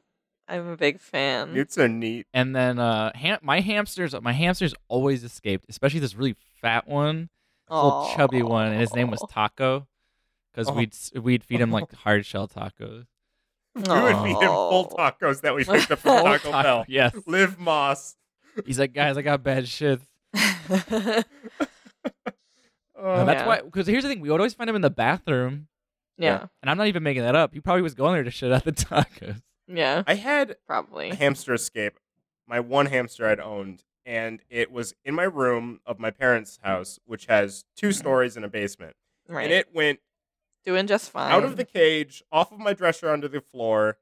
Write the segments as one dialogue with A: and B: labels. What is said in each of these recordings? A: I'm a big fan.
B: Newts are neat.
C: and then uh, ham- my hamsters, my hamsters always escaped, especially this really fat one little chubby one, and his name was
A: Aw.
C: Taco, because
B: Oh.
C: we'd s- we'd feed him like hard shell tacos.
B: We would feed him full
A: Aw.
B: tacos that we picked up from
A: Full
B: Taco Bell.
C: yes.
B: Live Moss.
C: He's like, guys, I got bad shit.
B: Oh,
C: that's
A: yeah.
C: why. Because here's the thing: we would always find him in the bathroom,
A: yeah.
C: and I'm not even making that up. He probably was going there to shit out the tacos.
A: Yeah.
B: Oh. I had
A: Probably.
B: a hamster escape, my one hamster I'd owned, and it was in my room of my parents' house, which has two stories and a basement.
A: Right.
B: And it went
A: Doing just fine.
B: out of the cage, off of my dresser onto the floor,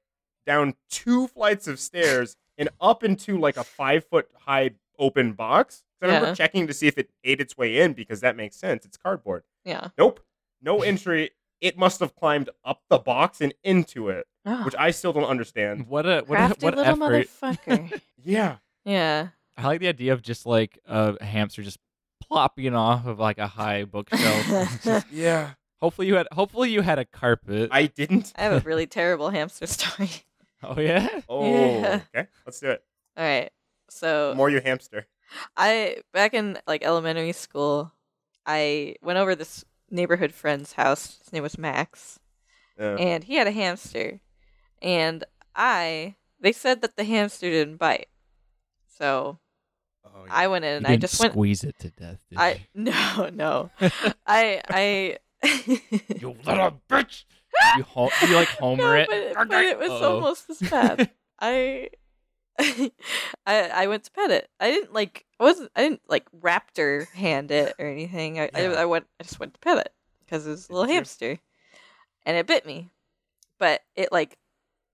B: down two flights of stairs, and up into like a five foot high open box. 'Cause I remember
A: Yeah.
B: checking to see if it ate its way in because that makes sense. It's cardboard.
A: Yeah.
B: Nope. No entry. It must have climbed up the box and into it,
A: Oh,
B: which I still don't understand.
C: What a what a,
A: crafty
C: what
A: little
C: effort.
A: motherfucker.
B: Yeah.
A: yeah.
C: I like the idea of just like a hamster just plopping off of like a high bookshelf. Just-
B: Yeah.
C: hopefully you had hopefully you had a carpet.
B: I didn't.
A: I have a really terrible hamster story.
C: oh yeah.
B: Oh.
A: Yeah.
B: Okay. Let's do it.
A: All right. So
B: More you hamster.
A: I back in like elementary school, I went over this neighborhood friend's house. His name was Max,
B: Yeah.
A: and he had a hamster. And I, they said that the hamster didn't bite, so
B: Oh, yeah.
A: I went in and I just went.
C: squeeze it to death. Did
A: I no no, I I.
C: you? You little bitch. You, ho- Oh, you like Homer
A: no,
C: it.
A: but, but it was
C: Uh-oh.
A: almost as bad. I. I I went to pet it. I didn't like. I wasn't. I didn't like raptor hand it or anything. I
B: Yeah.
A: I, I went. I just went to pet it because it was a little
B: Did you?
A: hamster, and it bit me, but it like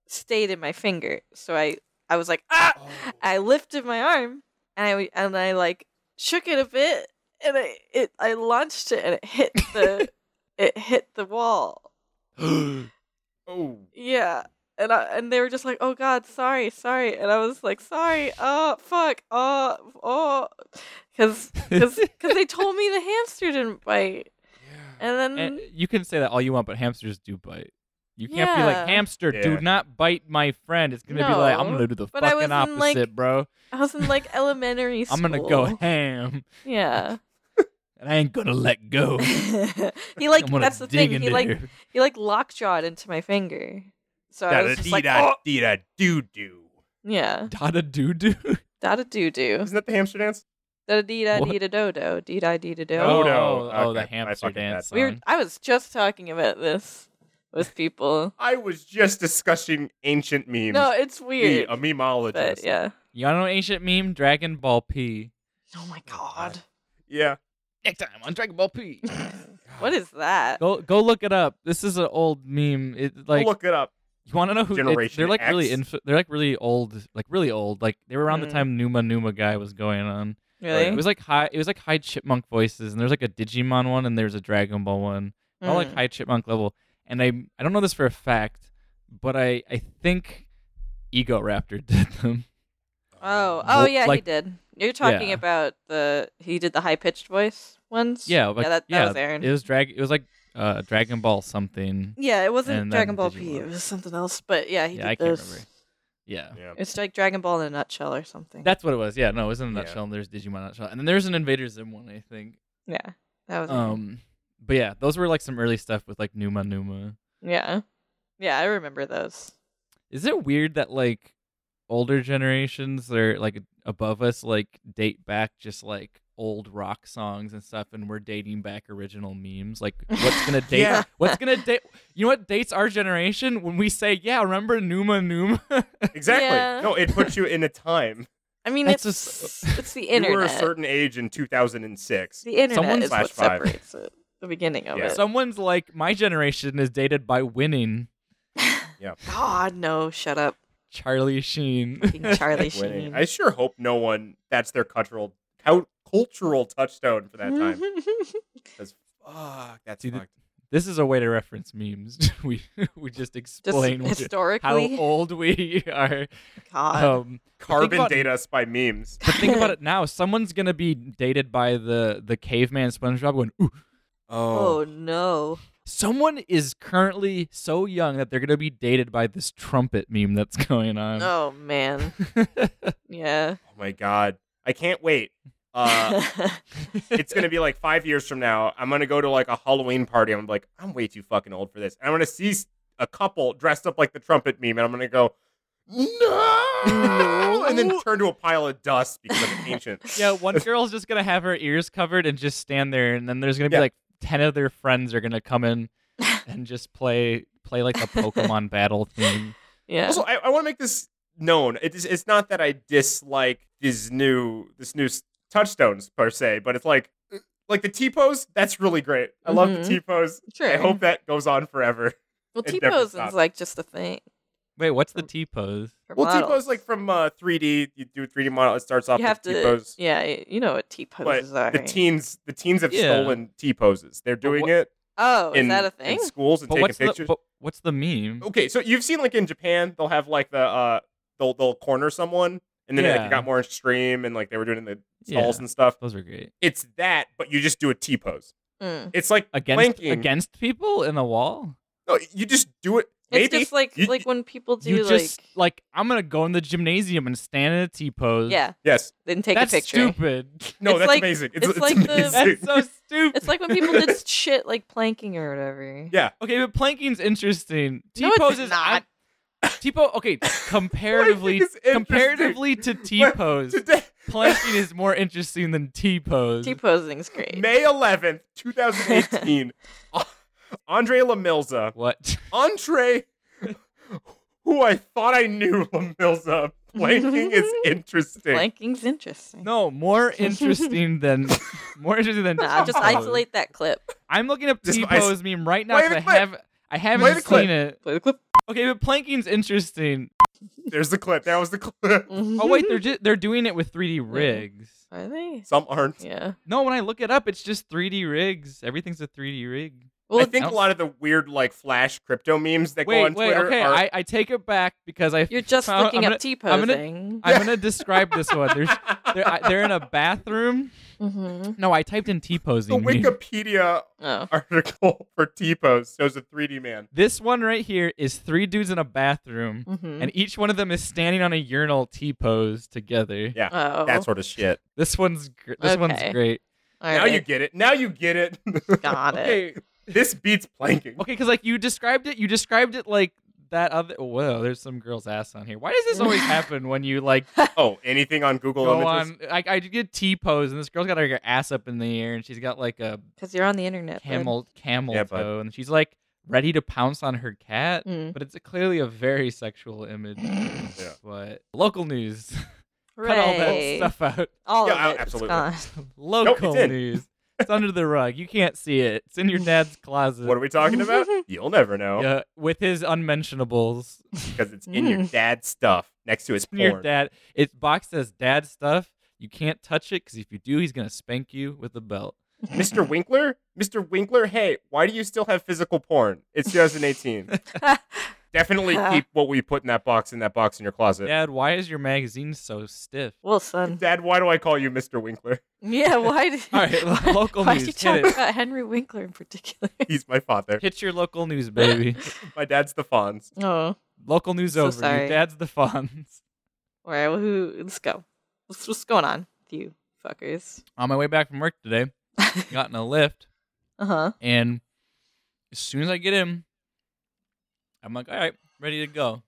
A: stayed in my finger. So I I was like ah.
B: Oh.
A: I lifted my arm and I and I like shook it a bit and I it I launched it and it hit the it hit the wall
B: Oh.
A: yeah. And I, and they were just like, "Oh God, sorry, sorry," and I was like, "Sorry, oh fuck, oh oh," because because they told me the hamster didn't bite,
B: Yeah.
A: and then
C: And you can say that all you want, but hamsters do bite. You can't be
A: Yeah.
C: like hamster.
B: Yeah.
C: Do not bite my friend. It's gonna be like I'm
A: No,
C: gonna do the
A: but I
C: fucking
A: was in,
C: opposite,
A: like,
C: bro.
A: I was in like elementary school.
C: I'm gonna go ham,
A: Yeah,
C: and I ain't gonna let go.
A: he like
C: I'm gonna
A: that's the
C: dig
A: thing. He
C: in
A: like
C: there.
A: he like lockjawed into my finger, so I was just like,
B: Da-da-dee-da,
A: "Oh."
B: dee-da-doo-doo.
A: yeah,
C: Dada doo doo.
A: da da doo doo,
B: Isn't that the hamster dance?
A: da dee da
C: What?
A: dee da do do, dee da dee da do.
B: No, no.
C: Oh, oh, the
B: Okay, I
C: hamster
B: fucking
C: dance.
B: bet.
A: We were,
C: song.
A: I was just talking about this with people.
B: I was just discussing ancient memes.
A: No, it's
B: Me,
A: weird.
B: a memeologist.
A: But yeah.
C: You know an ancient meme? Dragon Ball P.
A: Oh my
B: God.
A: god.
B: Yeah.
C: Next time on Dragon Ball P.
A: What is that?
C: go go look it up. This is an old meme. It
B: I'll
C: like
B: look it up.
C: you want to know who it's-
B: Generation
C: they're like really
B: X?
C: inf- they're like really old, like really old. Like they were around
A: Mm.
C: the time Numa Numa guy was going on.
A: Really?
C: It was like high. It was like high chipmunk voices, and there's like a Digimon one, and there's a Dragon Ball one. They're All like
A: Mm.
C: high chipmunk level. And I I don't know this for a fact, but I I think Ego Raptor did them.
A: Oh, oh
C: Well,
A: yeah, he
C: like-
A: did. You're talking
C: Yeah.
A: about the he did the high pitched voice ones.
C: Yeah, like,
A: yeah, that, that
C: yeah,
A: was Aaron.
C: It was drag. It was like uh Dragon Ball something.
A: yeah, it wasn't
C: and
A: Dragon
C: then
A: Ball
C: Digimon.
A: P. It was something else. But yeah, he
C: Yeah,
A: did
C: I can't
A: those.
C: remember. Yeah.
B: Yeah.
A: It's like Dragon Ball in a nutshell or something.
C: That's what it was. Yeah, no, it was in a
B: Yeah.
C: nutshell. And there's Digimon nutshell, and then there's an Invader Zim one, I think.
A: yeah, that was. Aaron.
C: Um, but yeah, those were like some early stuff with like Numa Numa.
A: yeah, yeah, I remember those.
C: Is it weird that like older generations or like above us like date back just like old rock songs and stuff, and we're dating back original memes? Like, what's gonna date?
B: Yeah.
C: What's gonna date? You know what dates our generation when we say, "Yeah, remember Numa Numa."
B: Exactly.
A: Yeah.
B: No, it puts you in a time.
A: I mean,
C: That's
A: it's
C: just-
A: it's the
B: you were a
A: internet.
B: certain age in 2006.
A: the internet
C: Someone
A: is
B: slash
A: what
B: five.
A: separates it. The beginning of
B: Yeah.
A: it.
C: Someone's like, "My generation is dated by winning."
A: God no, shut up,
C: Charlie Sheen.
A: King Charlie Sheen.
B: Winning. I sure hope no one that's their cultural cou- cultural touchstone for that time. Because
A: Mm-hmm.
B: fuck, that's
C: Dude,
B: fucked.
C: This is a way to reference memes. we we just
A: Just
C: explain what- how
A: historically,
C: old we are.
A: God.
C: Um,
B: Carbon
C: about-
B: date us by memes.
C: but think about it now. Someone's gonna be dated by the the caveman SpongeBob. Going, ooh,
A: oh no.
C: someone is currently so young that they're gonna be dated by this trumpet meme that's going on.
A: oh man. Yeah.
B: Oh my god. I can't wait Uh, it's gonna be like five years from now. I'm gonna go to like a Halloween party. I'm like, I'm way too fucking old for this. And I'm gonna see s- a couple dressed up like the trumpet meme, and I'm gonna go, no, and then turn to a pile of dust because I'm ancient.
C: Yeah, one girl's just gonna have her ears covered and just stand there, and then there's gonna be
B: Yeah.
C: like ten of their friends are gonna come in and just play play like a Pokemon battle theme.
A: yeah.
B: Also, I, I want to make this known. It is, it's not that I dislike this new this new s- touchstones per se, but it's like like the T pose. That's really great. I love the
A: Mhm.
B: T pose.
A: sure.
B: I hope that goes on forever.
A: well,
B: it
A: T
B: never
A: pose
B: stops.
A: is like just a thing.
C: Wait, what's the T pose?
A: For
B: Well, T
A: models.
B: pose like from uh, 3D. You do a 3D model. It starts off
A: you have
B: with
A: to.
B: T pose.
A: Yeah, y- you know what T
B: But
A: poses are.
B: The
A: right?
B: teens, the teens have
C: Yeah.
B: stolen T poses. They're doing
C: what-
B: it
A: oh,
B: in,
A: is that a
B: in
A: thing?
B: schools and
C: But
B: taking
C: what's
B: pictures.
C: the but what's the meme?
B: okay, so you've seen like in Japan, they'll have like the uh, they'll they'll corner someone, and then like,
C: Yeah.
B: it got more extreme, and like they were doing it in the stalls
C: Yeah.
B: and stuff.
C: Those are great.
B: It's that, but you just do a T pose.
A: Mm.
B: It's like
C: Against
B: planking.
C: against people in the wall.
B: No, you just do it. Maybe
A: It's just like
B: you-
A: like when people do
C: you
A: like,
C: just like I'm gonna go in the gymnasium and stand in a T pose.
A: yeah,
B: yes.
A: then take
C: that's
A: a picture.
C: stupid.
B: No,
A: It's
B: that's
A: like-
B: amazing. It's,
A: it's like the-
B: amazing.
C: That's so stupid.
A: It's like when people did shit like planking or whatever.
B: Yeah.
C: Okay, but planking's interesting. T
A: No, it's
C: pose is
A: not.
C: T pose. Okay, comparatively,
B: Planking is
C: comparatively to T pose,
B: Today,
C: planking is more interesting than T pose.
A: T posing's great.
B: May 11th, 2018, Andre Lamilza,
C: What?
B: Andre, who I thought I knew Lamilza, planking is interesting.
A: Planking's interesting.
C: No, more interesting than more interesting than.
A: Nah, just
C: T-pose.
A: isolate that clip.
C: I'm looking up
B: Just
C: T
B: isolate-
C: pose meme right now
B: Wait a
C: 'cause I
B: clip.
C: have I
B: Wait a
C: haven't
B: clip.
C: seen it.
A: Play the clip.
C: Okay, but planking's interesting.
B: There's the clip. That was the clip.
C: Oh wait, they're ju- they're doing it with 3D rigs.
A: are they?
B: Some aren't.
A: Yeah.
C: No, when I look it up, it's just 3D rigs. Everything's a 3D rig.
A: Well,
B: I think a
C: don't-
B: lot of the weird like flash crypto memes that go
C: Wait,
B: on
C: wait,
B: Twitter
C: okay.
B: are
C: I, I take it back because I
A: you're just
C: found-
A: looking
C: I'm
A: up
C: gonna-
A: T
C: I'm gonna-
A: posing.
C: I'm gonna describe this one. There's they're, I- they're in a bathroom.
A: Mm-hmm.
C: No, I typed in T
B: the
C: posing. meme.
B: Wikipedia
A: Oh.
B: article for T pose shows a 3D man.
C: This one right here is three dudes in a bathroom,
A: Mm-hmm.
C: and each one of them is standing on a urinal T pose together.
B: Yeah,
A: Oh.
B: That sort of shit.
C: This one's gr- this
A: Okay.
C: one's great.
A: All
B: now you
A: right.
B: get it. Now you get it.
A: got it.
C: Okay,
B: this beats planking.
C: okay, because like you described it, you described it like that other. Whoa, there's some girl's ass on here. Why does this always happen when you like
B: Oh, anything on Google
C: go
B: Images?
C: on? I I get T pose, and this girl's got like her ass up in the air, and she's got like a
A: Because you're on the internet. bud.
C: camel camel
B: Yeah, bud.
C: toe, and she's like ready to pounce on her cat.
A: Mm.
C: But it's clearly a very sexual image.
B: Yeah.
C: But local news, cut all that
A: Hooray.
C: stuff out.
A: All
B: Yeah,
A: of it.
B: absolutely.
A: It's gone.
C: Local
B: in.
C: news. It's under the rug. You can't see it. It's in your dad's closet.
B: What are we talking about? You'll never know
C: Yeah, with his unmentionables.
B: because it's in your dad's stuff next to his porn.
C: Your dad. Its box says dad stuff. You can't touch it because if you do, he's gonna spank you with a belt.
B: Mr. Winkler? Mr. Winkler, hey, why do you still have physical porn? It's 2018. Definitely keep what we put in that box in that box in your closet.
C: Dad, why is your magazine so stiff?
A: well, son.
B: Dad, why do I call you Mr. Winkler?
A: Yeah. Why did?
C: All right, lo- local
A: Why
C: news.
A: did you talk
C: Hit it.
A: about Henry Winkler in particular?
B: He's my father.
C: Hit your local news, baby.
B: My dad's the Fonz.
A: Oh.
C: local news
A: So
C: over. Your
A: sorry.
C: dad's the funds.
A: All right. Well, who? Let's go. What's, what's going on with you fuckers?
C: On my way back from work today, got in a lift,
A: Uh huh.
C: and as soon as I get in, I'm like, all right, ready to go.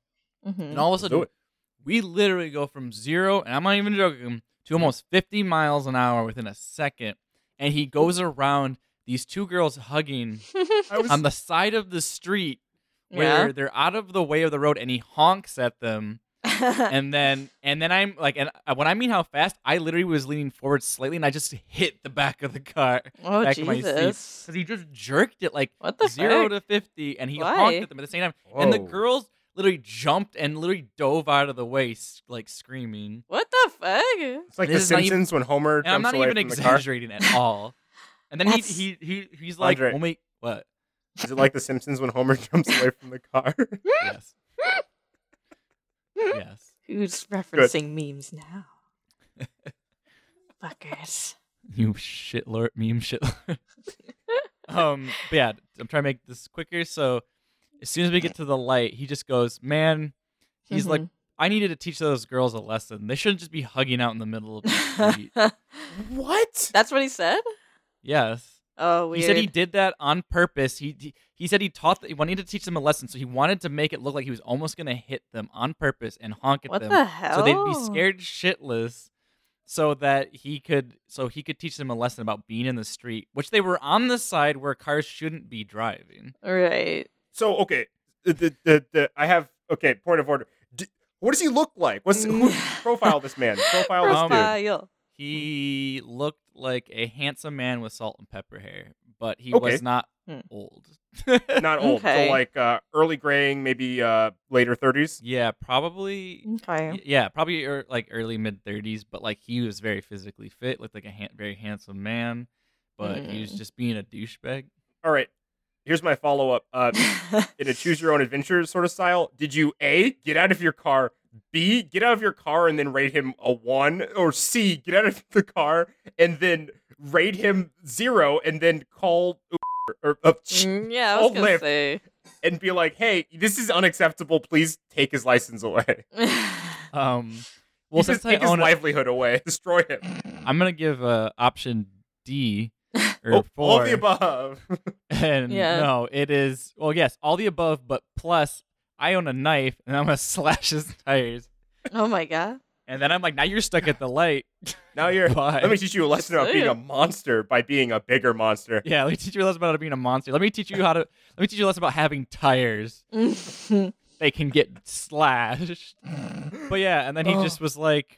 A: Mm-hmm.
C: And all of
B: Let's
C: a sudden,
B: do it.
C: we literally go from zero, and I'm not even joking, to almost 50 miles an hour within a second. And he goes around these two girls hugging
B: I was,
C: on the side of the street where
A: yeah.
C: they're out of the way of the road, and he honks at them.
A: Uh.
C: and then and then I'm like, and uh, when I mean how fast, I literally was leaning forward slightly, and I just hit the back of the car
A: oh
C: back of my seat.
A: Jesus!
C: because he just jerked it like
A: What the
C: zero
A: fuck?
C: to fifty, and he
A: Why?
C: honked at them at the same time. And the
B: Whoa.
C: girls literally jumped and literally dove out of the way, s- like screaming.
A: What the fuck?
B: It's like
C: This
B: The
C: is not even-
B: Simpsons when Homer
C: And I'm
B: jumps
C: not
B: away
C: even
B: from the car.
C: exaggerating at all. And then he,
A: That's-
C: he he he's like,
B: Andre.
C: "When we what?
B: Is it like The Simpsons when Homer jumps away from the car?
C: Yes, yes."
A: Who's referencing memes now? Fuckers.
C: You shitlord meme shitlord. um, but yeah, I'm trying to make this quicker. So as soon as we get to the light, he just goes, "Man, he's like,
A: Mhm.
C: I needed to teach those girls a lesson. They shouldn't just be hugging out in the middle of the street.
B: What?
A: That's what he said.
C: yes.
A: Oh, weird.
C: He said he did that on purpose. He he, he said he taught he wanted to teach them a lesson, so he wanted to make it look like he was almost gonna hit them on purpose and honk at
A: What
C: them,
A: the hell?
C: so they'd be scared shitless, so that he could so he could teach them a lesson about being in the street, which they were on the side where cars shouldn't be driving.
A: Right.
B: So okay, the, the, the, the I have okay. Point of order. D- what does he look like? What's who,
C: Mm.
B: profile this man? Profile this dude.
A: Profile.
C: He
A: Hmm.
C: looked like a handsome man with salt and pepper hair, but he
B: Okay.
C: was not
A: Hmm.
C: old.
B: not old.
A: Okay.
B: So like uh, early graying, maybe uh, later 30s.
C: yeah, probably
A: Okay.
C: Y- Yeah, probably er, like early mid 30s, but like he was very physically fit, looked like a han- very handsome man, but he was just being a douchebag.
B: All right. Here's my follow up. Uh, in a choose your own adventure sort of style, did you A, get out of your car, B, get out of your car and then rate him a one, or C, get out of the car and then rate him zero and then call Uber or uh,
A: Mm, yeah, I was
B: Old
A: gonna
B: lip.
A: say.
B: and be like, hey, this is unacceptable. Please take his license away.
C: Um, well,
B: Just
C: since I
B: take his
C: own, a,
B: livelihood away. Destroy him.
C: I'm gonna give uh, option D or
B: Oh,
C: four.
B: all of the above.
C: And
A: Yeah.
C: no, it is well, yes, all the above, but plus I own a knife and I'm gonna slash his tires,
A: oh my god.
C: and then I'm like, now you're stuck at the light.
B: now you're.
C: Bye.
B: Let me teach you a lesson about being a monster by being a bigger monster.
C: yeah, let me teach you a lesson about how to being a monster. Let me teach you how to. Let me teach you a lesson about having tires. they can get slashed. But yeah, and then he just was like,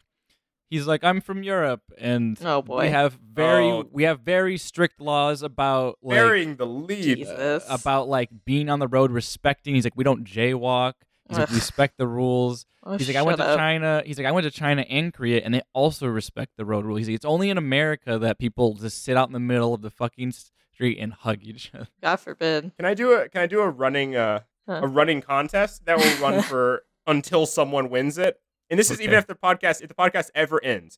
C: he's like, I'm from Europe, and
A: oh
C: we
A: boy.
C: have very
B: Oh.
C: we have very strict laws about like
B: Burying the lead.
A: Jesus.
B: uh,
C: about like being on the road, respecting. He's like, we don't jaywalk. He's like,
A: Ugh.
C: "We respect the rules.
A: Oh,
C: He's like, I went
A: shut
C: to
A: up.
C: China. He's like, I went to China and Korea, and they also respect the road rules. He's like, it's only in America that people just sit out in the middle of the fucking street and hug each other.
A: God forbid.
B: Can I do a Can I do a running uh,
A: Huh.
B: a running contest that will run for until someone wins it? And this is even
C: Okay.
B: if the podcast if the podcast ever ends.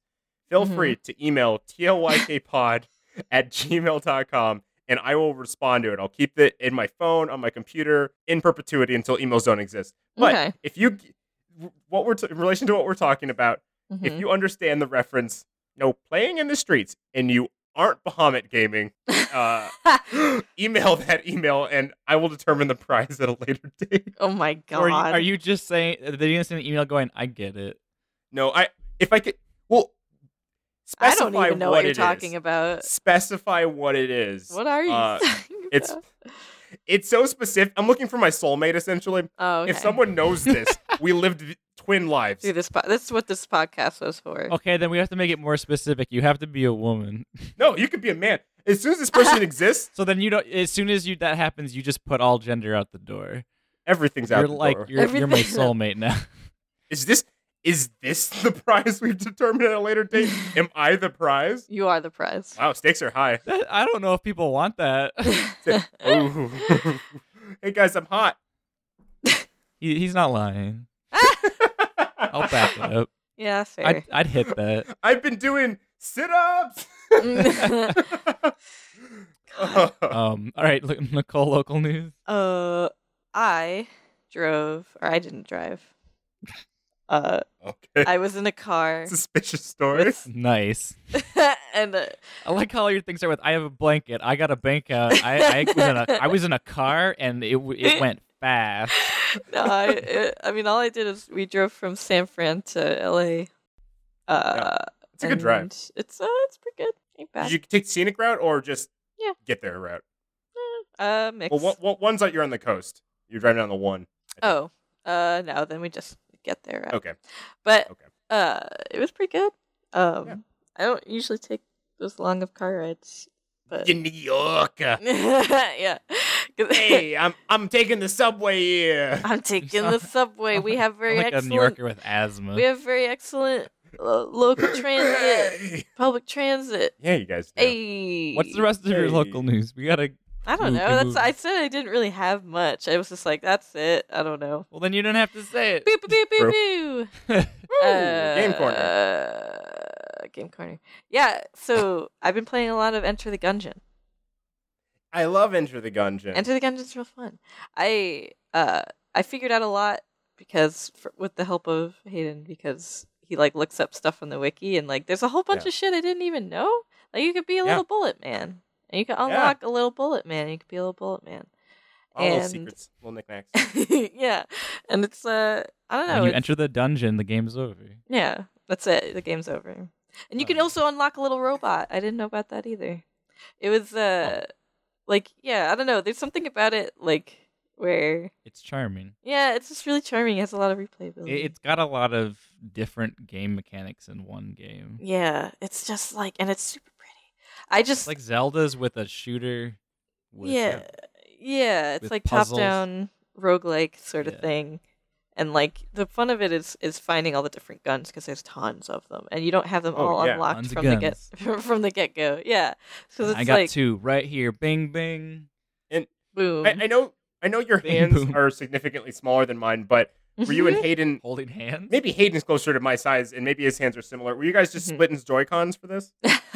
B: Feel
A: Mhm.
B: free to email tlykpod at gmail.com and I will respond to it. I'll keep it in my phone, on my computer, in perpetuity until emails don't exist. But
A: okay.
B: if you, what we're t- in relation to what we're talking about, if
A: Mhm.
B: you understand the reference, no playing in the streets, and you aren't Bahamut gaming, uh, email that email, and I will determine the prize at a later date.
A: oh my god.
C: Or are you, are you just saying? Did you send an email going, I get it?
B: No, I if I could, well,
A: I
B: specify
A: don't even know
B: what,
A: what you're
B: it
A: talking
B: is.
A: about.
B: Specify what it is.
A: What are you
B: Uh,
A: talking
B: it's-
A: about?
B: It's so specific. I'm looking for my soulmate, essentially.
A: Oh, okay.
B: If someone knows this, we lived twin lives.
A: Dude, this po- this is what this podcast was for.
B: Oh.
C: Okay, then we have to make it more specific. You have to be a woman.
B: No, you could be a man. As soon as this person exists,
C: So then you don't. As soon as you that happens, you just put all gender out the door.
B: everything's out
C: You're
B: the
C: like
B: door.
C: you're you're my
A: Everything.
C: soulmate now.
B: Is this is this the prize we've determined at a later date? Am I the prize?
A: You are the prize.
B: Wow, stakes are high.
C: That- I don't know if people want that.
B: Ooh. hey guys, I'm hot.
C: he, he's not lying. I'll back it up.
A: yeah, fair.
C: I'd, I'd hit that.
B: I've been doing sit-ups.
C: Um. All right, look, Nicole. Local news.
A: uh, I drove, or I didn't drive. Uh,
B: okay.
A: I was in a car,
B: Suspicious story.
C: Nice.
A: and uh,
C: I like how all your things start with. I have a blanket. I got a bank out. I I was in a, I was in a car and it w- it went fast.
A: no, I, it, I mean, all I did is we drove from San Fran to L.A. Uh,
B: It's a good drive.
A: and It's uh, it's pretty good. Ain't bad.
B: Did you take the scenic route or just
A: Yeah.
B: get there route?
A: uh, mix.
B: Well, what, what one's out you're on the coast? You're driving down the one.
A: Oh, uh, no, then we just get there. Right?
B: Okay.
A: But
B: Okay.
A: uh, it was pretty good. Um,
B: Yeah.
A: I don't usually take those long of car rides, but
B: You New Yorker.
A: yeah, 'Cause-
B: Hey, I'm I'm taking the subway here.
A: I'm taking the subway. We have very
C: I'm like a New
A: excellent.
C: Yorker with asthma.
A: We have very excellent uh, local transit, public transit.
B: Yeah, you guys. do.
A: Hey,
C: What's the rest of your
B: Hey.
C: local news? We gotta.
A: I don't
C: Ooh,
A: know.
C: big
A: That's
C: move.
A: I said I didn't really have much. I was just like, that's it. I don't know.
C: Well, then you don't have to say
A: Boo, boo, boo, boo,
B: True.
A: boo.
B: Ooh, game corner.
A: Uh, game corner. Yeah. So I've been playing a lot of Enter the Gungeon.
B: I love Enter the Gungeon.
A: Enter the Gungeon's real fun. I uh I figured out a lot because for, with the help of Hayden because he like looks up stuff on the wiki and like there's a whole bunch
B: Yeah.
A: of shit I didn't even know. Like you could be a
B: Yeah.
A: little bullet man. And you could unlock a little bullet man. You could be a little bullet man.
B: All little
A: And-
B: secrets, little knickknacks.
A: yeah. And it's uh I don't know.
C: when you
A: it's-
C: enter the dungeon, the game's over.
A: yeah, that's it. The game's over. And you can
B: Oh.
A: also unlock a little robot. I didn't know about that either. It was uh like yeah, I don't know. There's something about it like where
C: It's charming.
A: yeah, it's just really charming. It has a lot of
C: It,
A: replayability.
C: it's got a lot of different game mechanics in one game.
A: yeah, it's just like and it's super pretty. I
C: It's
A: just
C: like Zelda's with a shooter. With,
A: yeah, yeah, it's
C: with
A: like
C: puzzles.
A: top-down roguelike sort of
C: Yeah.
A: thing. And like the fun of it is is finding all the different guns because there's tons of them, and you don't have them
B: Oh,
A: all
B: yeah.
A: unlocked
C: Tons of
A: from the get from the get go. Yeah, because it's
C: I got
A: like
C: two right here. Bing, bing.
A: boom.
B: I, I know, I know your
C: Bing
B: hands
C: boom.
B: are significantly smaller than mine, but were you and Hayden?
C: Holding hands.
B: Maybe Hayden's closer to my size, and maybe his hands are similar. Were you guys just
A: Mhm.
B: splitting Joy Cons for this?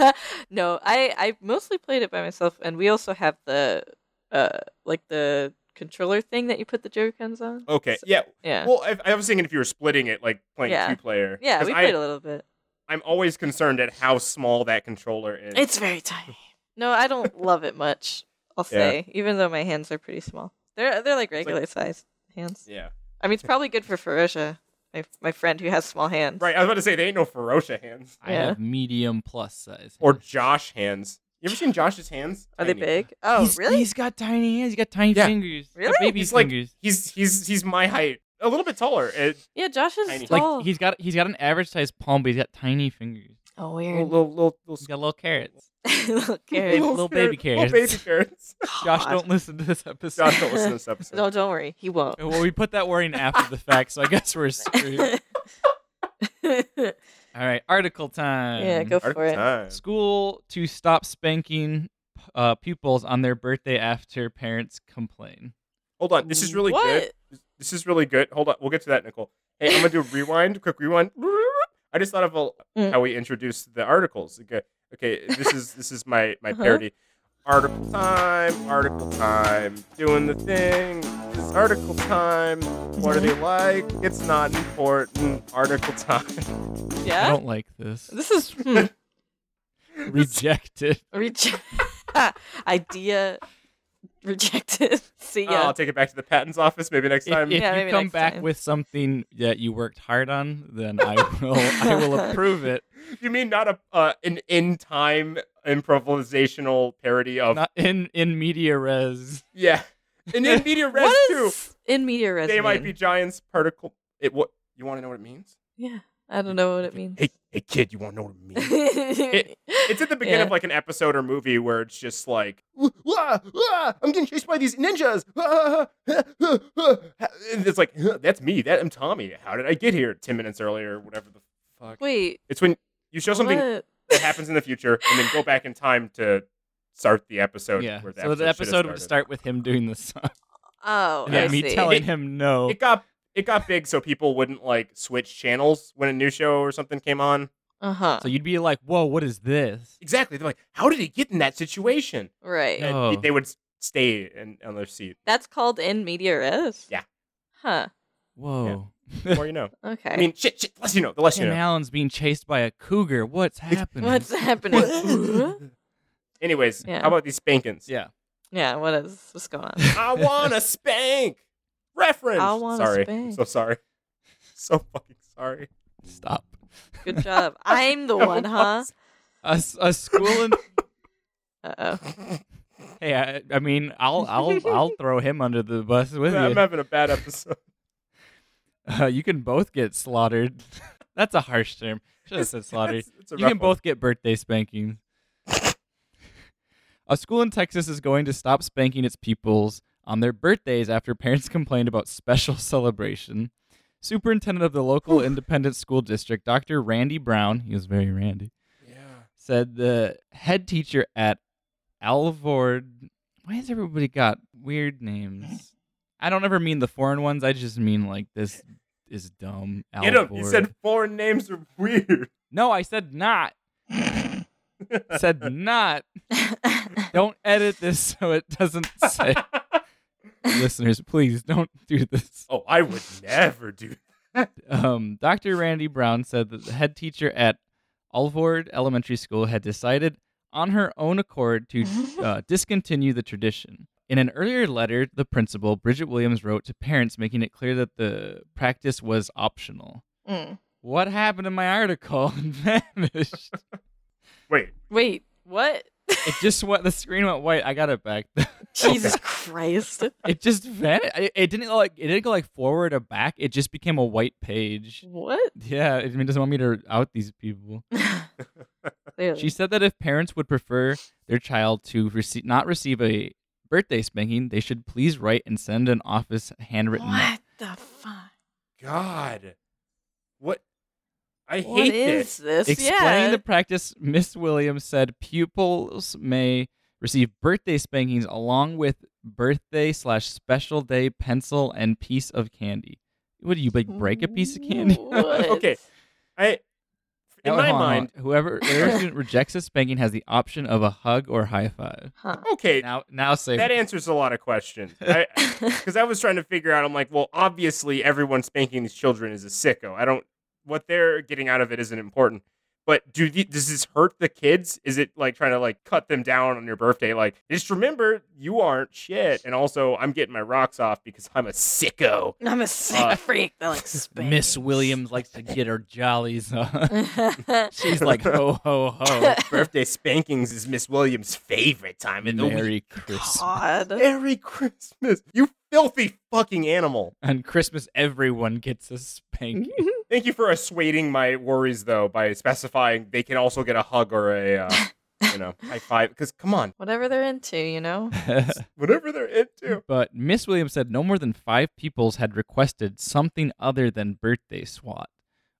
A: no, I I mostly played it by myself, and we also have the uh like the controller thing that you put the Joy Cons on.
B: Okay,
A: So-
B: yeah.
A: Yeah,
B: Well, I, I was thinking if you were splitting it, like playing
A: Yeah.
B: two player.
A: yeah,
B: 'Cause
A: we
B: I,
A: played a little bit.
B: I'm always concerned at how small that controller is.
A: It's very tiny. No, I don't love it much. I'll
B: Yeah.
A: say, even though my hands are pretty small, they're they're like
B: It's like-
A: regular sized hands.
B: yeah,
A: I mean, it's probably good for Farisha, my my friend who has small hands.
B: right. I was about to say they ain't no Ferocia hands
C: I
A: Yeah.
C: have medium plus size.
B: or
C: hands.
B: Josh hands. You ever seen Josh's hands?
A: Are they
B: Tiny.
A: big? Oh,
C: He's-
A: really?
C: He's got tiny hands. He's got tiny
B: Yeah.
C: fingers. Got
A: Really?
C: Baby
B: He's like-
C: fingers.
B: He's he's he's my height, a little bit taller. It,
A: yeah, Josh is
B: Tiny.
A: tall.
C: Like he's got he's got an average sized palm, but he's got tiny fingers.
A: oh,
B: little,
A: weird.
B: little, little,
C: He's got little carrots.
A: Look,
C: Baby-
A: Gary.
C: little baby
B: carrots. Little
C: carrots.
B: baby carrots.
C: Josh,
A: God.
C: don't listen to this episode.
B: Josh, don't listen to this episode.
A: No, don't worry, he won't.
C: well, we put that word in after the fact, so I guess we're screwed. All
A: yeah,
C: right, article time.
A: go for it.
B: Time.
C: School to stop spanking uh, pupils on their birthday after parents complain.
B: Hold on.
C: Mm,
B: This is really
A: What?
B: good. This is really good. Hold on. We'll get to that, Nicole. Hey, I'm gonna do a rewind. Quick rewind. I just thought of a,
A: Mm.
B: how we introduced the articles. Okay. Okay. This is this is my my
A: Uh-huh.
B: parody. Article time. Article time. Doing the thing. It's article time. What are they
A: Mm-hmm.
B: like? It's not important. Article time.
C: I
A: Yeah,
C: don't like this.
A: this is hmm,
C: Rejected.
A: reach idea rejected. See
B: Oh,
A: ya.
B: I'll take it back to the patents office maybe next
C: If,
B: time.
C: if
A: Yeah,
C: you
A: maybe
C: come
A: next
C: back
A: time.
C: with something that you worked hard on, then I will I will approve it.
B: You mean not a uh, an in time improvisational parody of
C: Not in in media res.
B: yeah, and in media res
A: what
B: too.
A: is in media res?
B: They might be
A: mean?
B: giants particle. It what you want to know what it means?
A: Yeah, I don't know what it means.
B: Hey, hey, kid, you want to know what it means? It's
A: it's
B: at the beginning of like an episode or movie where it's just like, "Wah, wah, wah, Ah, I'm getting chased by these ninjas. Ah, ah, ah, ah, ah." And it's like, "Huh, that's me. That I'm Tommy. How did I get here? Ten minutes earlier, whatever the fuck.
A: Wait,
B: It's when you show something
A: what?
B: that happens in the future and then go back in time to start the episode.
C: Yeah.
B: Where the
C: So
B: episode should have
C: the episode
B: started.
C: would start with him doing the song.
A: Oh,
C: Yeah,
A: I
C: me
A: see.
C: telling
B: It-
C: him no.
B: It got it got big, so people wouldn't like switch channels when a new show or something came on.
A: Uh huh.
C: so you'd be like, "Whoa, what is this?"
B: Exactly. They're like, how did he get in that situation?
A: right.
C: Yeah.
B: And
C: Oh.
B: they would stay in, on their seat.
A: That's called in media res.
B: Yeah.
A: Huh.
C: Whoa.
B: The more you know.
A: Okay.
B: I mean, shit, shit. The less you know. The less you
C: Tim
B: know.
C: Allen's being chased by a cougar. What's happening?
A: What's happening?
B: Anyways,
A: Yeah.
B: how about these spankings?
C: yeah.
A: yeah. What is what's going on?
B: I want to spank. Reference.
A: I wanna
B: sorry. I'm
A: spank.
B: so sorry. So fucking sorry.
C: Stop.
A: Good job. I'm the one, huh?
C: A, s- a school in
A: Uh oh.
C: Hey, I, I mean, I'll I'll I'll throw him under the bus with
B: I'm
C: you.
B: having a bad episode.
C: Uh, you can both get slaughtered. That's a harsh term. Should have said slaughtered.
B: It's- it's a
C: You
B: rough
C: can
B: one.
C: both get birthday spankings. a school in Texas is going to stop spanking its pupils on their birthdays after parents complained about special celebration. Superintendent of the local independent school district, Dr. Randy Brown, he was very randy,
B: Yeah.
C: said the head teacher at Alvord. Why has everybody got weird names? I don't ever mean the foreign ones. I just mean like this is dumb.
B: Get him. You
C: Alvord.
B: said foreign names are weird.
C: No, I said not. said not. Don't edit this so it doesn't say. listeners, please don't do this.
B: Oh, I would never do.
C: Um, Dr. Randy Brown said that the head teacher at Alvord Elementary School had decided on her own accord to uh, discontinue the tradition. In an earlier letter, the principal, Bridget Williams, wrote to parents making it clear that the practice was optional.
A: Mm.
C: What happened to my article and vanished?
B: Wait,
A: Wait, what?
C: It just went, the screen went white. I got it back.
B: Oh,
A: Jesus Christ.
C: It just vanished. It, it didn't go like, it didn't go like forward or back. It just became a white page.
A: What?
C: Yeah, I mean, it doesn't want me to out these people.
A: Clearly.
C: She said that if parents would prefer their child to rece- not receive a birthday spanking, they should please write and send an office handwritten note.
A: What the fuck?
B: God, what? I hate
A: What is
B: this.
A: this?
C: Explaining
A: yeah.
C: the practice, Miss Williams said pupils may receive birthday spankings along with birthday slash special day pencil and piece of candy. What do you like? Break a piece of candy?
A: What?
B: Okay. I, in
C: Oh,
B: my
C: hold on, hold on.
B: mind,
C: whoever whatever student rejects a spanking has the option of a hug or high five.
A: Huh.
B: okay,
C: Now, now say
B: that answers a lot of questions. I, because I was trying to figure out. I'm like, well, obviously everyone spanking these children is a sicko. I don't what they're getting out of it isn't important. But do the, does this hurt the kids? Is it like trying to like cut them down on your birthday? Like just remember you aren't shit, and also I'm getting my rocks off because I'm a sicko.
A: I'm a sick
B: Uh,
A: freak that likes space.
C: Miss Williams likes to get her jollies on. She's like, ho, ho, ho.
B: Birthday spankings is Miss Williams' favorite time in the week.
C: Merry Christmas.
A: God.
B: Merry Christmas, you filthy fucking animal.
C: On Christmas, everyone gets a spanking.
B: Thank you for assuading my worries, though, by specifying they can also get a hug or a, uh, you know, high five. Because come on,
A: Whatever they're into, you know?
B: whatever they're into.
C: but Miss Williams said no more than five pupils had requested something other than birthday swat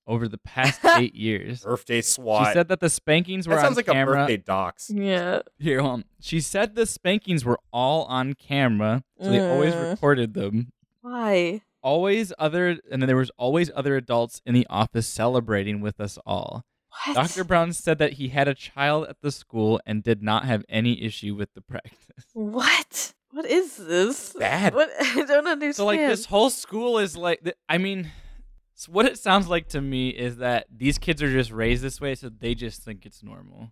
C: over the past eight years.
B: Birthday swat.
C: She said that the spankings were
B: that sounds
C: on
B: like
C: camera. Mm.
B: a birthday dox.
A: Yeah.
C: Here, hold on. She said the spankings were all on camera, so they always
A: Mm.
C: recorded them.
A: Why?
C: always other and then there was always other adults in the office celebrating with us all.
A: What?
C: Dr. Brown said that he had a child at the school and did not have any issue with the practice.
A: What? What is this?
B: Bad.
A: What? I don't understand.
C: So like this whole school is like th- I mean s- what it sounds like to me is that these kids are just raised this way so they just think it's normal.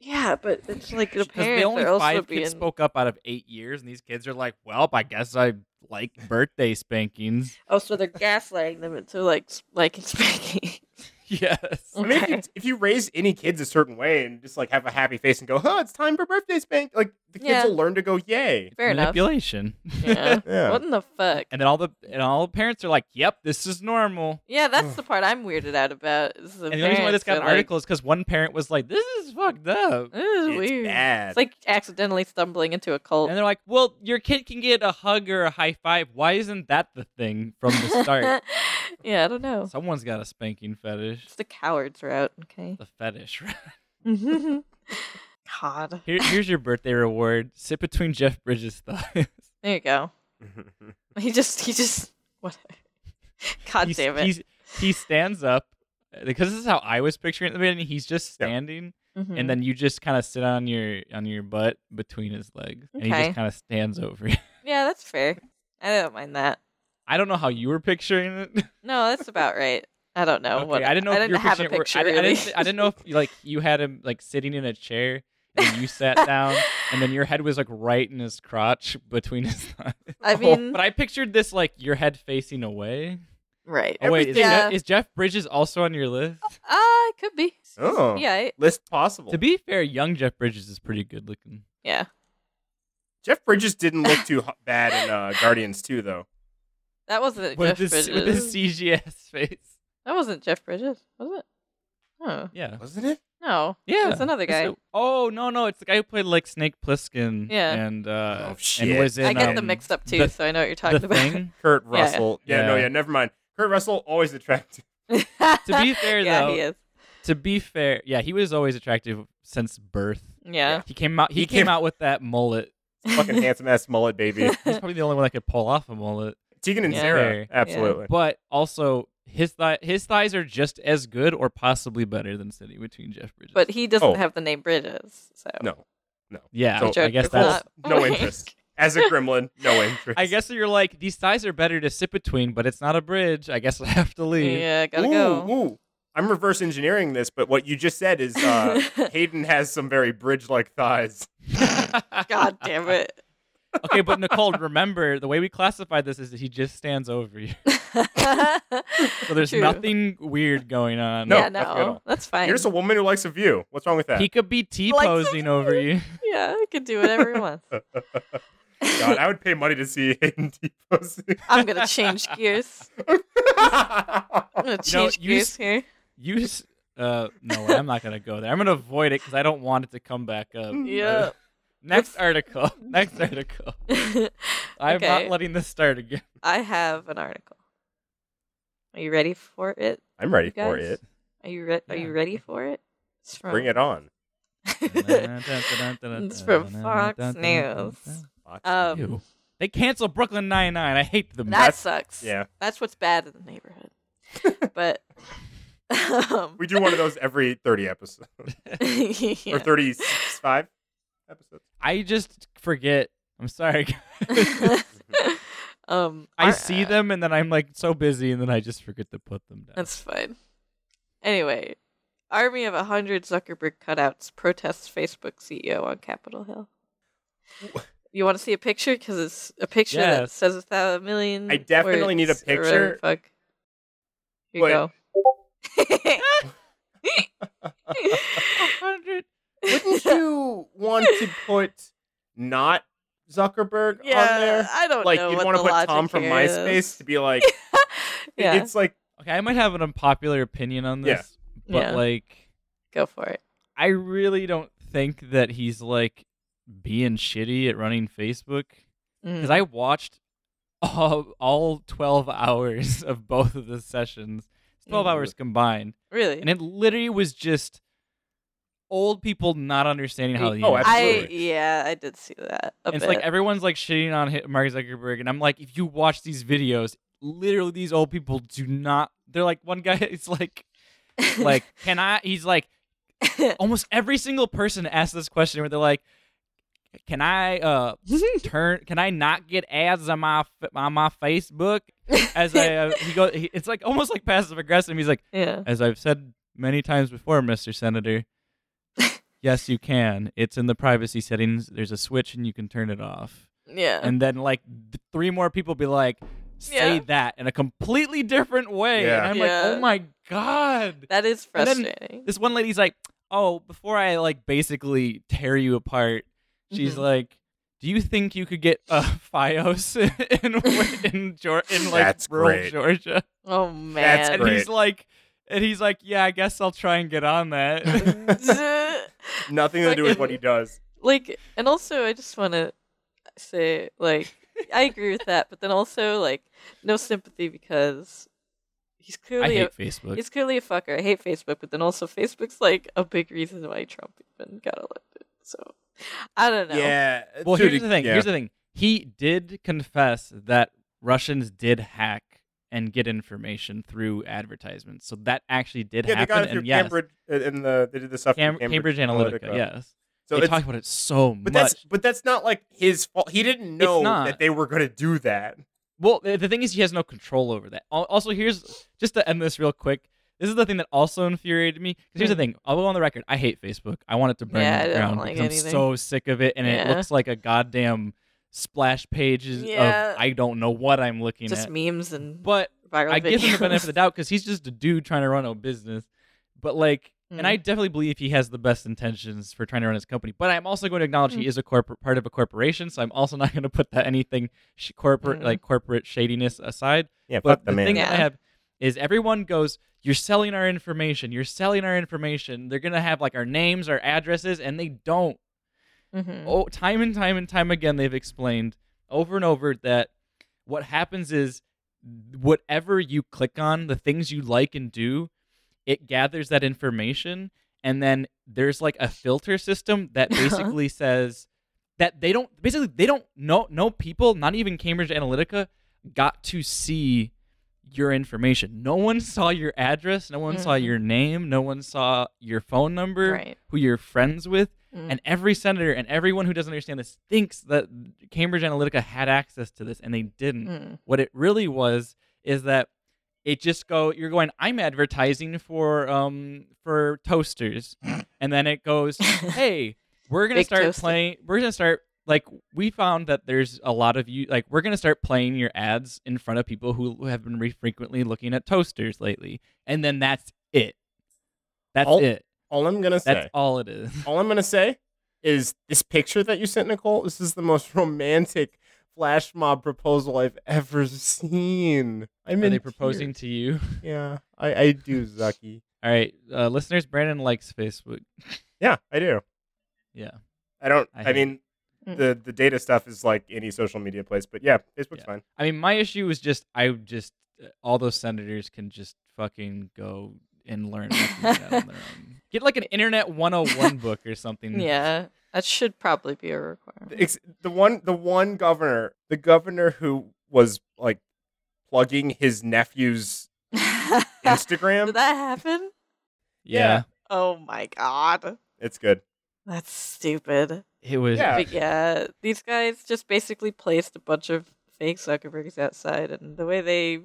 A: Yeah, but it's like the
C: Because
A: parents
C: they only
A: are also
C: five
A: being.
C: kids spoke up out of eight years, and these kids are like, "Well, I guess I like birthday spankings."
A: Oh, so they're gaslighting them into like s- liking spanking.
C: yes,
B: I mean, if you, if you raise any kids a certain way and just like have a happy face and go, "Huh, it's time for birthday spank," like the kids
A: Yeah.
B: will learn to go, "Yay!"
A: Fair enough.
C: manipulation.
A: Yeah.
B: Yeah.
A: What in the fuck?
C: And then all the and all the parents are like, "Yep, this is normal."
A: Yeah, that's the part I'm weirded out about. Is the
C: And the reason why this
A: parents
C: got
A: that,
C: an
A: like,
C: article is because one parent was like, "This is fucked up,"
A: This is
B: It's
A: weird.
B: bad.
A: It's like accidentally stumbling into a cult.
C: and they're like, "Well, your kid can get a hug or a high five. Why isn't that the thing from the start?"
A: yeah, I don't know.
C: Someone's got a spanking fetish.
A: It's the coward's route, okay?
C: The fetish. right?
A: God.
C: Here, here's your birthday reward. Sit between Jeff Bridges' thighs.
A: There you go. He just, he just, what? God
C: He's-
A: damn it.
C: he's- he stands up because this is how I was picturing it in the beginning. He's just
B: Yeah.
C: standing.
A: Mhm.
C: and then you just kind of sit on your on your butt between his legs, and he
A: Okay.
C: just kind of stands over you.
A: yeah, that's fair. I don't mind that.
C: I don't know how you were picturing it.
A: No, that's about right. I don't know.
C: Okay,
A: Oh, what,
C: I didn't know
A: I
C: if
A: didn't
C: you were
A: have a
C: picturing it where-
A: picture.
C: I, di- I
A: really.
C: didn't, I didn't know if like you had him like sitting in a chair and you sat down, and then your head was like right in his crotch between his thighs.
A: I mean,
C: but I pictured this like your head facing away.
A: right.
C: Oh wait, is,
A: Everything-
C: Jeff,
A: Yeah.
C: is Jeff Bridges also on your list?
A: Ah, it could be.
B: Oh.
A: Yeah, it-
B: List possible.
C: To be fair, young Jeff Bridges is pretty good looking.
A: yeah.
B: Jeff Bridges didn't look too ho- bad in uh, Guardians 2, though.
A: That wasn't
C: With
A: Uh, Jeff
C: this
A: Bridges.
C: with his CGS face.
A: That wasn't Jeff Bridges, was it? Oh
C: Yeah.
B: Wasn't it?
A: no.
C: Yeah,
A: It's another guy.
C: the- oh no, no, it's the guy who played like Snake Plissken.
A: Yeah.
C: and
B: Oh,
C: uh,
B: shit.
C: and was in.
A: I get
C: um,
A: them mixed up too,
C: the-
A: so I know what you're
C: the
A: talking about.
C: thing.
B: Kurt
A: Yeah.
B: Russell. yeah, no,
C: Yeah.
B: yeah, never mind. Kurt Russell always attractive.
C: To be fair,
A: yeah,
C: though,
A: he is.
C: to be fair, yeah, he was always attractive since birth.
A: Yeah.
C: He came out. He,
B: He
C: came,
B: came-
C: out with that mullet.
B: fucking handsome ass mullet baby.
C: He's probably the only one that could pull off a mullet.
B: Tegan and
A: Yeah.
B: Sarah,
C: Fair.
B: absolutely.
C: But also, his thigh, his thighs are just as good or possibly better than sitting between Jeff Bridges.
A: but he doesn't
B: Oh.
A: have the name Bridges, so
B: No,
C: yeah,
B: So-
A: The
C: I
A: joke
C: guess
A: does
C: that's
B: not- no
A: work.
B: interest. As a gremlin, no interest.
C: I guess you're like these ties are better to sit between, but it's not a bridge. I guess I have to leave.
A: Yeah, gotta
B: ooh,
A: go.
B: Ooh. I'm reverse engineering this, but what you just said is uh, Hayden has some very bridge like thighs.
A: God damn it.
C: okay, but Nicole, remember the way we classify this is that he just stands over you, so there's
A: True.
C: nothing weird going on.
B: No,
A: yeah,
B: nothing at
A: no,
B: all.
A: that's fine.
B: You're just a woman who likes a view. What's wrong with that?
C: he could be t posing over you.
A: yeah, I can do whatever he wants.
B: God, I would pay money to see Hayden deposing.
A: I'm gonna change gears. I'm gonna
C: You know,
A: change
C: you
A: gears
C: s-
A: here.
C: You, s- uh, no, I'm not gonna go there. I'm gonna avoid it because I don't want it to come back up.
A: Yeah.
C: Next article. Next article. I'm
A: Okay.
C: not letting this start again.
A: I have an article. Are you ready for it?
B: I'm ready
A: You
B: for
A: guys?
B: it.
A: Are you re- are
C: Yeah.
A: you ready for it? It's from
B: Bring it on.
A: It's from Fox News. Um,
C: Ew. They canceled Brooklyn Nine Nine. I hate them.
A: that sucks.
B: Yeah.
A: That's what's bad in the neighborhood. but um,
B: We do one of those every 30 episodes
A: yeah.
B: or 35 episodes.
C: I just forget. I'm sorry.
B: Mm-hmm.
A: um,
C: I
A: our-
C: see them and then I'm like so busy and then I just forget to put them down.
A: That's fine. Anyway, army of a hundred Zuckerberg cutouts protests Facebook CEO on Capitol Hill. You want to see a picture? Because it's a picture that
C: Yes.
A: says a thousand million.
B: I definitely need a
A: words or whatever the
B: picture.
A: Fuck. Here
B: Wait.
A: you
C: hundred.
A: go.
B: Wouldn't you want to put not Zuckerberg on
A: Yeah,
B: there?
A: I don't
B: Like,
A: know.
B: you'd
A: what
B: want
A: the
B: to put
A: logic
B: Tom from
A: here
B: MySpace
A: is.
B: to be like,
A: Yeah,
B: it's like,
C: Okay, I might have an unpopular opinion on
B: Yeah.
C: this, but
A: Yeah.
C: like,
A: go for it.
C: I really don't think that he's like being shitty at running Facebook. because
A: Mm.
C: I watched all, all 12 hours of both of the sessions, 12
B: Mm.
C: hours combined.
A: really?
C: And it literally was just old people not understanding how the
B: Oh,
C: internet
A: I
B: Absolutely.
A: yeah, I did see that. A
C: and it's
A: bit.
C: like everyone's like shitting on Hi- Mark Zuckerberg, and I'm like, if you watch these videos, literally these old people do not. They're like one guy. It's like, like, can I? He's like, almost every single person asks this question where they're like, can I uh turn? Can I not get ads on my f- on my Facebook? As I uh, he goes, he, it's like almost like passive aggressive. He's like,
A: yeah,
C: as I've said many times before, Mr. Senator, yes, you can. It's in the privacy settings. There's a switch and you can turn it off.
A: yeah.
C: And then like th- three more people be like, say
A: Yeah.
C: that in a completely different way.
B: Yeah.
C: And I'm
A: Yeah.
C: like, oh my god.
A: that is
C: and then-
A: frustrating.
C: This one lady's like, oh, before I like basically tear you apart, she's
A: Mhm.
C: like. Do you think you could get uh, FiOS in in, Geor- in like
B: That's
C: rural
B: great.
C: Georgia?
A: oh
B: That's
A: man.
C: and he's like and he's like yeah i guess i'll try and get on that
B: nothing to do with what he does.
A: like, and also, I just want to say, like, I agree with that, but then also, like, no sympathy because he's
C: i
A: clearly a,
C: hate facebook
A: he's clearly a fucker. I hate Facebook, but then also, Facebook's like a big reason why Trump even got elected. So I don't know.
B: Yeah.
C: well
B: dude,
C: here's the thing
B: yeah.
C: here's the thing he did confess that russians did hack and get information through advertisements so that actually did
B: yeah, they
C: happen
B: got it through
C: and yes
B: Cambridge, uh, in the they did the stuff through
C: Cam-
B: Cambridge,
C: cambridge, analytica, yes
B: So
C: they
B: it's,
C: talked about it so
B: but
C: much
B: that's but that's not like his fault. He didn't know
C: not.
B: that they were going to do that.
C: Well, the the thing is, he has no control over that. Al- Also, here's just to end this real quick. This is the thing that also infuriated me. 'Cause here's the thing. I'll go on the record. I hate Facebook. I want it to burn
A: Hmm.
C: to
A: Yeah,
C: the
A: I don't
C: ground
A: like
C: because
A: anything.
C: I'm so sick of it, and it
A: Yeah.
C: looks like a goddamn splash pages
A: Yeah.
C: of I don't know what I'm looking
A: Just
C: at.
A: memes and
C: But
A: viral
C: I
A: videos.
C: give him the benefit of the doubt because he's just a dude trying to run a business. But like,
A: Mm.
C: and I definitely believe he has the best intentions for trying to run his company. But I'm also going to acknowledge
A: Mm.
C: he is a corporate part of a corporation, so I'm also not going to put that anything sh- corporate
A: Mm.
C: like corporate shadiness aside.
B: Yeah,
C: But the thing that I
A: Yeah.
C: have is everyone goes, "You're selling our information. You're selling our information." They're going to have like our names, our addresses, and they don't
A: Mhm.
C: oh, time and time and time again, they've explained over and over that what happens is whatever you click on, the things you like and do, it gathers that information. And then there's like a filter system that
A: Uh-huh.
C: basically says that they don't, basically, they don't know, no people, not even Cambridge Analytica, got to see your information. No one saw your address. No one saw
A: Mhm.
C: your name. No one saw your phone number
A: Right.
C: who you're friends with.
A: Mm.
C: And every senator and everyone who doesn't understand this thinks that Cambridge Analytica had access to this, and they didn't.
A: Mm.
C: What it really was is that it just go you're going I'm advertising for um for toasters, and then it goes hey we're gonna
A: Big
C: start
A: toaster.
C: playing we're gonna start like we found that there's a lot of you like we're gonna start playing your ads in front of people who have been re- frequently looking at toasters lately, and then that's it. That's
B: All-
C: it.
B: All I'm gonna say.
C: That's all it is.
B: All I'm gonna say is this picture that you sent, Nicole. This is the most romantic flash mob proposal I've ever seen. I'm
C: Are
B: in
C: they proposing to you?
B: tears. Yeah, I, I do, Zucky.
C: All right, uh, listeners. Brandon likes Facebook.
B: Yeah, I do.
C: Yeah,
B: I don't.
C: I
B: I,
C: hate
B: mean,
A: it.
B: the the data stuff is like any social media place, but yeah, Facebook's
C: Yeah.
B: fine.
C: I mean, my issue was just I would just uh, all those senators can just fucking go and learn. how to do that on their own. Get like an internet 101 book or something.
A: Yeah, that should probably be a requirement.
B: Ex- the one the one governor, the governor who was like plugging his nephew's
A: Did
B: Instagram.
A: that happen?
C: yeah,
A: Oh my god.
B: it's good.
A: That's stupid.
C: It was.
B: Yeah.
A: But yeah, these guys just basically placed a bunch of fake Zuckerbergs outside, and the way they,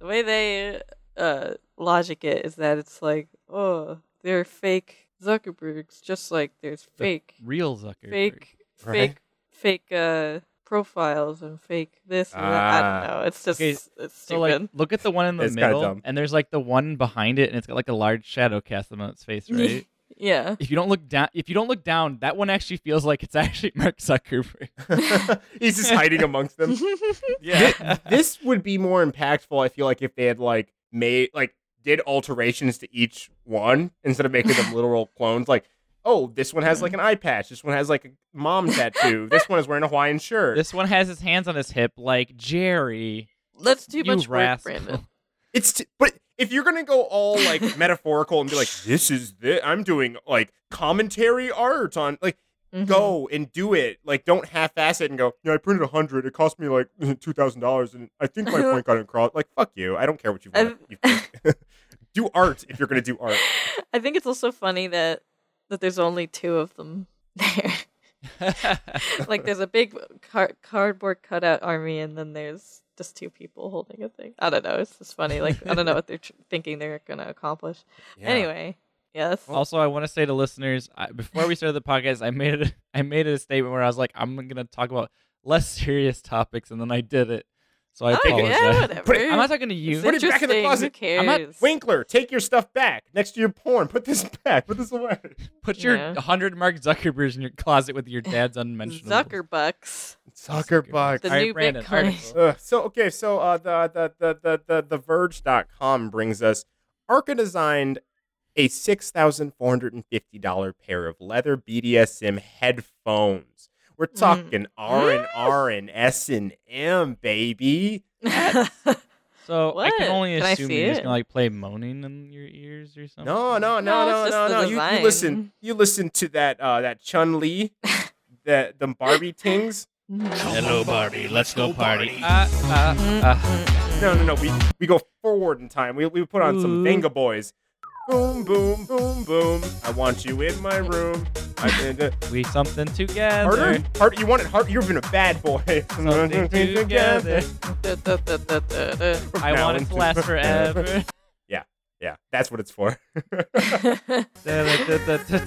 A: the way they uh, logic it is that it's like, oh, they're fake Zuckerbergs, just like there's
C: The
A: fake,
C: real Zucker.
A: fake,
B: Right.
A: fake, fake uh, profiles and fake this. And that. I
B: Ah.
A: don't know. It's just
C: Okay,
A: it's
C: So
A: stupid.
C: like, look at the one in the
B: It's kinda
C: middle,
B: dumb.
C: and there's like the one behind it, and it's got like a large shadow cast on its face, right?
A: yeah.
C: if you don't look down, if you don't look down, that one actually feels like it's actually Mark Zuckerberg.
B: He's just hiding amongst
C: um,
B: them.
C: Yeah.
B: this would be more impactful. I feel like if they had like made like did alterations to each one instead of making them literal clones. Like, oh, this one has like an eye patch. This one has like a mom tattoo. this one is wearing a Hawaiian shirt.
C: This one has his hands on his hip, like Jerry.
A: That's too
C: you
A: much work,
C: rascal.
A: Brandon.
B: It's t- but if you're gonna go all like metaphorical and be like, this is this. I'm doing like commentary art on like.
A: Mhm.
B: Go and do it. Like, don't half-ass it and go. Yeah, I printed a hundred. It cost me like two thousand dollars, and I think my point got across. Like, fuck you. I don't care what you want.
A: I've-
B: You think. do art if you're gonna do art.
A: I think it's also funny that that there's only two of them there. like there's a big car- cardboard cutout army, and then there's just two people holding a thing. I don't know. It's just funny. Like I don't know what they're tr- thinking they're gonna accomplish.
B: Yeah.
A: Anyway, yes.
C: also, I want to say to listeners, I, before we started the podcast, I made it. I made it a statement where I was like, I'm gonna talk about less serious topics, and then I did it. So I
A: Oh,
C: apologize.
A: yeah, whatever.
B: Put it-
C: I'm not talking to you.
A: It's
B: Put it back in the
A: interesting.
B: closet.
A: Who
B: I'm not-
A: cares?
B: Winkler, take your stuff back next to your porn. Put this back. Put this away.
C: Put your
A: Yeah.
C: hundred Mark Zuckerbergs in your closet with your dad's unmentionable.
A: Zuckerbucks.
B: Zucker
A: The
C: All right,
A: new
C: Brandon,
A: Bitcoin.
C: article.
B: Ugh, so okay, so uh, the the the the the, the Verge.com brings us Arca designed a six thousand four hundred and fifty dollar pair of leather BDSM headphones. We're
A: Mm.
B: talking R and R and S and M, baby.
C: So I
A: What?
C: can only
A: Can I
C: assume
A: see
C: you're just
A: it?
C: gonna like play moaning in your ears or something.
B: No, no, no,
A: Oh, No,
B: no, no,
A: it's
B: no.
A: just the
B: You, you
A: design.
B: listen, you listen to that uh, that Chun Li, that the Barbie tings.
D: Hello, Barney. Let's go party.
C: Uh, uh, uh.
B: No, no, no. We we go forward in time. We we put on some Vanga boys. Boom, boom, boom, boom. I want you in my room. I'm in the
C: We something together.
B: harder, harder. You want it harder. You're even a bad boy.
C: Something together. I
B: Now
C: want it to
B: into
C: last
B: forever.
C: forever.
B: Yeah, that's what it's for.
C: yeah,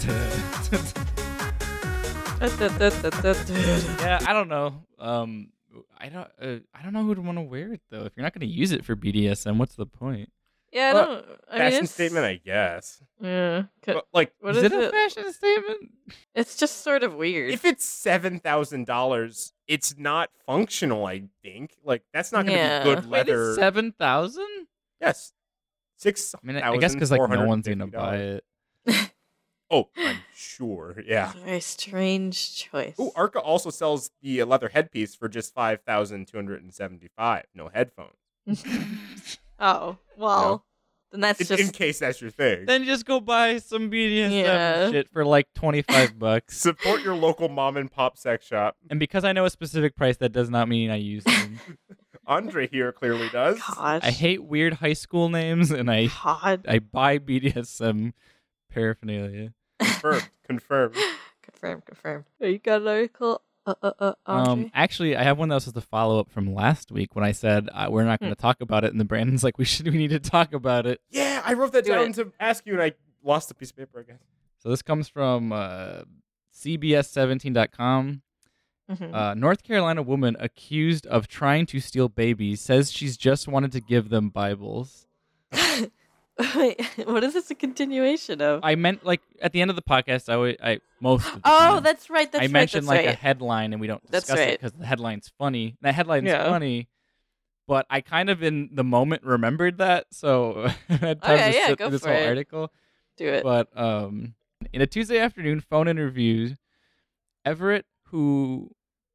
C: I don't know. Um, I don't. Uh, I don't know who'd want to wear it though. If you're not going to use it for BDSM, what's the point?
A: yeah, I
B: Well,
A: don't. I mean,
B: Fashion
A: it's-
B: statement, I guess.
A: Yeah. c-
B: But like,
A: What
C: is
A: is
C: it a
A: it?
C: fashion statement?
A: It's just sort of weird.
B: if it's seven thousand dollars, it's not functional. I think like that's not going to
A: Yeah.
B: be good
C: Wait,
B: leather.
C: it's seven thousand.
B: yes, six.
C: I mean, I- I guess because like no one's going to buy it.
B: Oh, I'm sure. Yeah.
A: It's a very strange choice.
B: Ooh, Arca also sells the uh, leather headpiece for just five thousand two hundred and seventy-five. No headphones.
A: oh, well, then that's
B: In,
A: just
B: in case that's your thing.
C: Then just go buy some BDSM
A: Yeah.
C: shit for like twenty five bucks.
B: Support your local mom and pop sex shop.
C: And because I know a specific price, that does not mean I use them.
B: Andre here clearly does.
A: gosh.
C: I hate weird high school names, and I
A: God.
C: I buy BDSM paraphernalia.
B: Confirmed. Confirmed.
A: confirm, confirm. Oh, You got an article? Uh, uh, uh, Audrey?
C: Um, actually, I have one that was just a follow up from last week when I said uh, we're
A: Hmm.
C: not going to talk about it, and the Brandon's like, "We should, we need to talk about it."
B: Yeah, I wrote that
A: Do
B: down
A: it.
B: to ask you, and I lost the piece of paper again.
C: So this comes from uh, CBS17.com.
A: Mhm.
C: Uh, North Carolina woman accused of trying to steal babies says she's just wanted to give them Bibles.
A: Wait, what is this a continuation of?
C: I meant like at the end of the podcast, I always, I most. Of the
A: oh,
C: time,
A: that's right. That's
C: I
A: right.
C: mentioned
A: that's
C: like a
A: right.
C: headline, and we don't
A: That's
C: discuss it
A: right.
C: because the headline's funny. The headline's
A: Yeah.
C: funny, but I kind of in the moment remembered that, so I had time
A: Okay,
C: to
A: Oh, yeah,
C: sit
A: go
C: through this
A: for
C: whole
A: it.
C: article.
A: Do it.
C: But um, in a Tuesday afternoon phone interview, Everett, who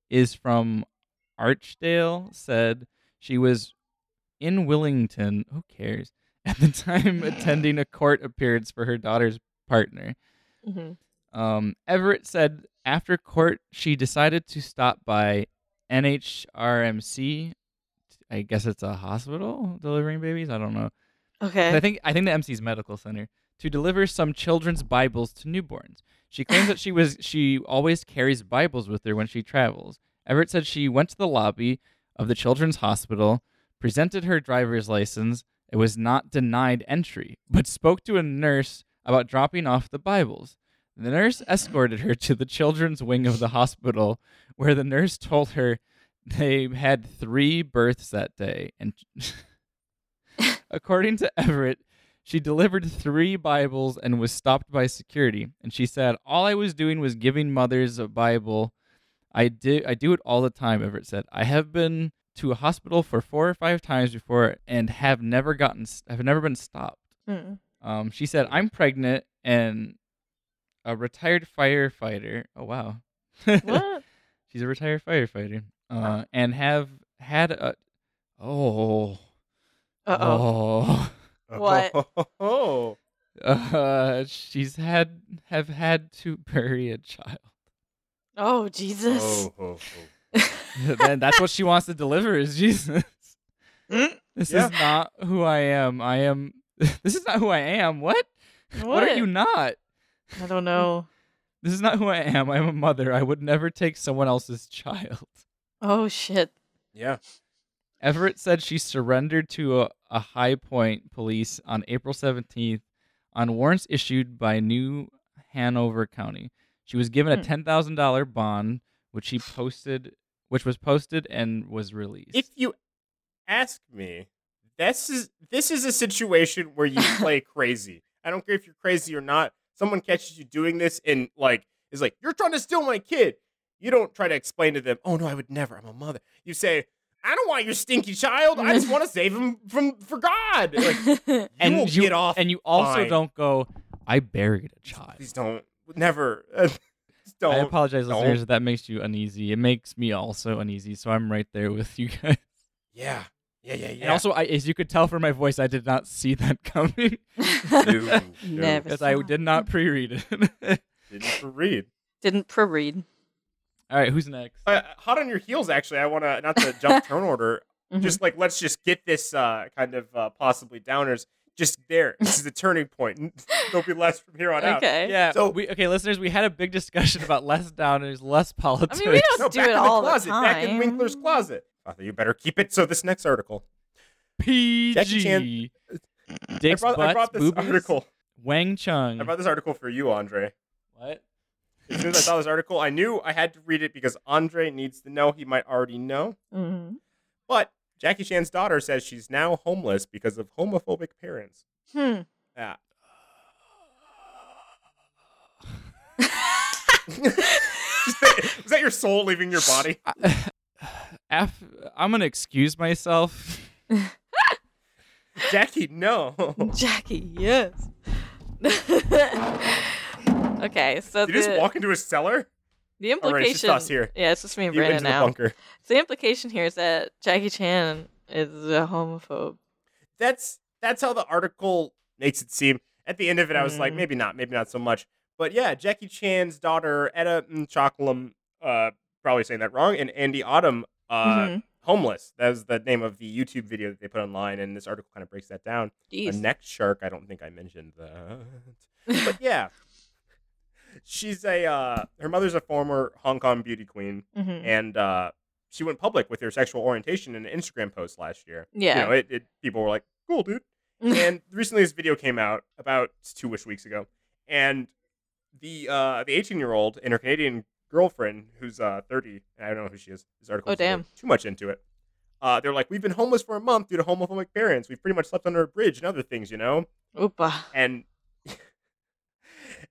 C: is from Archdale, said she was in Willington. Who cares? At the time, attending a court appearance for her daughter's partner.
A: Mhm.
C: Um, Everett said after court, she decided to stop by NHRMC. I guess it's a hospital delivering babies. I don't know.
A: Okay.
C: But I think I think the MC's medical center to deliver some children's Bibles to newborns. She claims that she was she always carries Bibles with her when she travels. Everett said she went to the lobby of the children's hospital, presented her driver's license, and was not denied entry, but spoke to a nurse about dropping off the Bibles. The nurse escorted her to the children's wing of the hospital, where the nurse told her they had three births that day. And according to Everett, she delivered three Bibles and was stopped by security. And she said, "All I was doing was giving mothers a Bible. I do I do it all the time." Everett said, "I have been to a hospital for four or five times before and have never gotten have never been stopped."
A: Mm.
C: Um, she said, "I'm pregnant and a retired firefighter. Oh wow,
A: What?
C: she's a retired firefighter. Uh, and have had a oh
A: Uh oh.
C: oh."
A: What?
B: Oh.
C: Uh, she's had have had to bury a child.
A: Oh Jesus.
B: Oh, oh, oh.
C: then that's what she wants to deliver is Jesus.
A: Mm.
C: This
B: Yeah.
C: is not who I am. I am. This is not who I am. What?
A: What?
C: are you not?
A: I don't know.
C: This is not who I am. I'm a mother. I would never take someone else's child.
A: Oh shit.
B: Yeah.
C: Everett said she surrendered to a, a High Point police on April 17th on warrants issued by New Hanover County. She was given a
A: Hmm.
C: $10,000 bond, which she posted, which was posted and was released.
B: If you ask me, this is this is a situation where you play crazy. I don't care if you're crazy or not. Someone catches you doing this and like is like, "You're trying to steal my kid." You don't try to explain to them, "Oh no, I would never. I'm a mother." You say, "I don't want your stinky child. I just want to save him from for God." Like,
C: and
B: you will
C: you
B: get off.
C: and you also
B: fine.
C: don't go. I buried a child.
B: Please don't. Never. Just don't.
C: I apologize,
B: don't.
C: listeners, if that makes you uneasy. It makes me also uneasy, so I'm right there with you guys.
B: Yeah. Yeah. Yeah. Yeah.
C: And also, I, as you could tell from my voice, I did not see that coming
A: Never.
C: because I
A: saw.
C: did not pre-read it.
B: didn't read.
A: Didn't pre-read.
C: All right, who's next?
B: Uh, hot on your heels, actually. I want to not to jump turn order.
A: Mhm.
B: Just like let's just get this uh, kind of uh, possibly downers. Just there. This is the turning point. There'll be less from here on out.
A: Okay.
C: Yeah.
B: So-
C: So we okay, listeners. We had a big discussion about less downers, less
A: I
C: politics.
A: mean, we don't
B: No,
A: do
B: back
A: it
B: in the
A: all
B: closet.
A: the time.
B: Back in Winkler's closet. Father, you better keep it. So this next article. Jackie
C: PG. Dick's
B: I brought,
C: butts,
B: I brought this
C: boobies,
B: article.
C: Wang Chung.
B: I brought this article for you, Andre.
C: what?
B: As soon as I saw this article, I knew I had to read it because Andre needs to know. He might already know.
A: Mhm.
B: But Jackie Chan's daughter says she's now homeless because of homophobic parents.
A: Hmm.
B: Yeah. Is that- is that your soul leaving your body?
C: Af- I'm gonna excuse myself.
B: Jackie, no.
A: Jackie, yes. okay, so
B: Did you just
A: the,
B: walk into a cellar?
A: the
B: All right, it's just
A: implication.
B: us here.
A: Yeah, it's just me and
B: You into
A: Brandon
B: the
A: now.
B: bunker.
A: So the implication here is that Jackie Chan is a homophobe.
B: That's that's how the article makes it seem. At the end of it, I was like,
A: Mm.
B: maybe not, maybe not so much. But yeah, Jackie Chan's daughter, Etta Choclam, uh, probably saying that wrong, and Andy Autumn, uh,
A: Mhm.
B: homeless. That was the name of the YouTube video that they put online, and this article kind of breaks that down.
A: Mm-hmm. Jeez.
B: A neck shark. I don't think I mentioned that. But yeah, she's a uh, her mother's a former Hong Kong beauty queen,
A: Mhm.
B: and uh, she went public with her sexual orientation in an Instagram post last year. you
A: Yeah.
B: know, it, it people were like, "Cool, dude." and recently, this video came out about two-ish weeks ago, and the uh, the 18-year-old and her Canadian girlfriend, who's uh, 30, and I don't know who she is. This article
A: Oh,
B: is a little
A: damn.
B: too much into it. Uh, they're like, "We've been homeless for a month due to homophobic parents. We've pretty much slept under a bridge and other things, you know."
A: Oopa.
B: and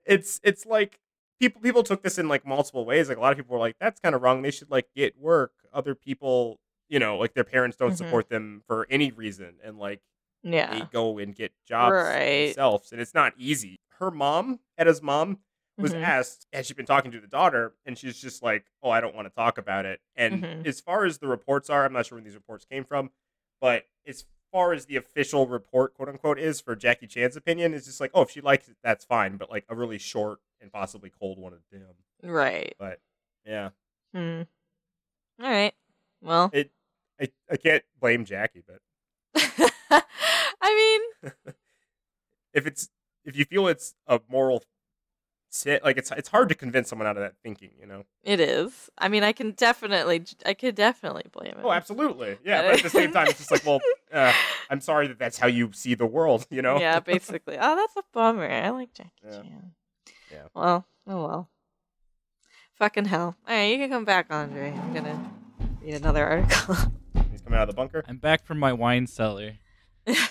B: it's it's like people people took this in like multiple ways. Like a lot of people were like, "That's kind of wrong. They should like get work." Other people, you know, like their parents don't
A: Mhm.
B: support them for any reason, and like they
A: Yeah.
B: go and get jobs
A: Right.
B: themselves, and it's not easy. Her mom, Etta's mom, was
A: Mhm.
B: asked had she been talking to the daughter, and she's just like, "Oh, I don't want to talk about it." And
A: Mhm.
B: as far as the reports are, I'm not sure where these reports came from, but as far as the official report, quote unquote, is for Jackie Chan's opinion, it's just like, "Oh, if she likes it, that's fine," but like a really short and possibly cold one of them.
A: Right.
B: But yeah,
A: Hmm. All right. Well,
B: I I can't blame Jackie, but
A: I
B: if it's if you feel it's a moral sit, like it's it's hard to convince someone out of that thinking, you know.
A: mean, it is. I mean, I can definitely, I could definitely blame it.
B: Oh, absolutely. Yeah, but at the same time, it's just like, well, uh, I'm sorry that that's how you see the world, you know?
A: Yeah, basically. Oh, that's a bummer. I like Jackie
B: Yeah.
A: Chan.
B: Yeah.
A: Well, oh well. Fucking hell. All right, you can come back, Andre. I'm gonna read another article.
B: He's coming out of the bunker.
C: I'm back from my wine cellar.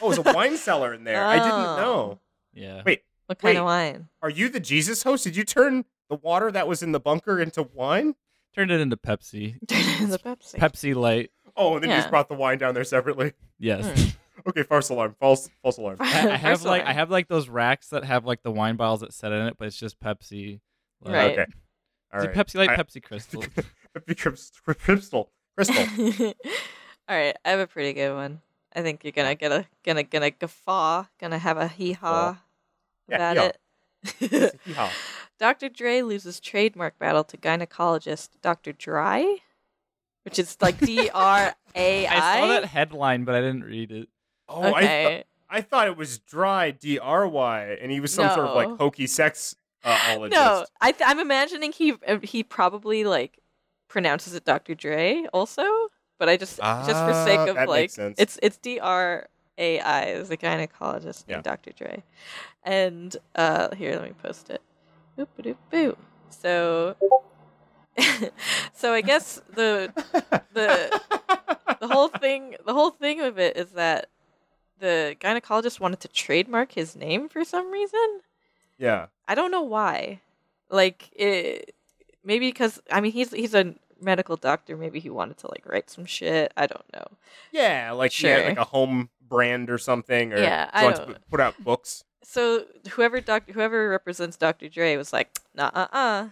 B: Oh, it's a wine cellar in there. I didn't
A: Oh.
B: know.
C: Yeah.
B: Wait,
A: What kind
B: Wait.
A: of wine?
B: are you the Jesus host? Did you turn the water that was in the bunker into wine?
C: Turned it into Pepsi.
A: the Pepsi.
C: Pepsi Light.
B: Oh, and then you just
A: Yeah.
B: brought the wine down there separately.
C: Yes.
A: Hmm.
B: Okay, false alarm. False false alarm.
C: I I have
A: First
C: like I
A: one.
C: have like those racks that have like the wine bottles that set in it, but it's just Pepsi. Like,
A: Right.
B: Okay. All
C: Is
B: right.
C: it Pepsi Light,
B: I-
C: Pepsi Crystal.
B: Pepsi Crips- Crystal. Crystal.
A: All right, I have a pretty good one. I think you're gonna get a gonna gonna guffaw, gonna have a hee haw
B: Yeah,
A: about
B: hee-haw.
A: it.
B: Yeehaw.
A: Dr. Dre loses trademark battle to gynecologist Dr. Dry, which is like D R A I.
C: I saw that headline, but I didn't read it.
B: Oh, I,
A: Okay.
B: th- I thought it was dry, D R Y, and he was some sort of like
A: No.
B: hokey sex uh, ologist.
A: no, I th- I'm imagining he uh, he probably like pronounces it Dr. Dre also, but I just just for
B: Ah,
A: sake
B: that
A: of
B: makes
A: like
B: sense.
A: it's it's D R A I is the gynecologist named Dr. Dre, and uh here let me post it. Boop boop boo. So. so I guess the the the whole thing the whole thing of it is that the gynecologist wanted to trademark his name for some reason
B: yeah.
A: I don't know why. Like it, maybe because I mean he's he's a medical doctor. Maybe he wanted to like write some shit. I don't know.
B: Yeah, like yeah,
A: Sure.
B: like a home brand or something, or
A: Yeah,
B: he
A: I
B: wants to
A: don't-
B: p- put out books.
A: So whoever doc whoever represents Dr. Dre was like nah uh uh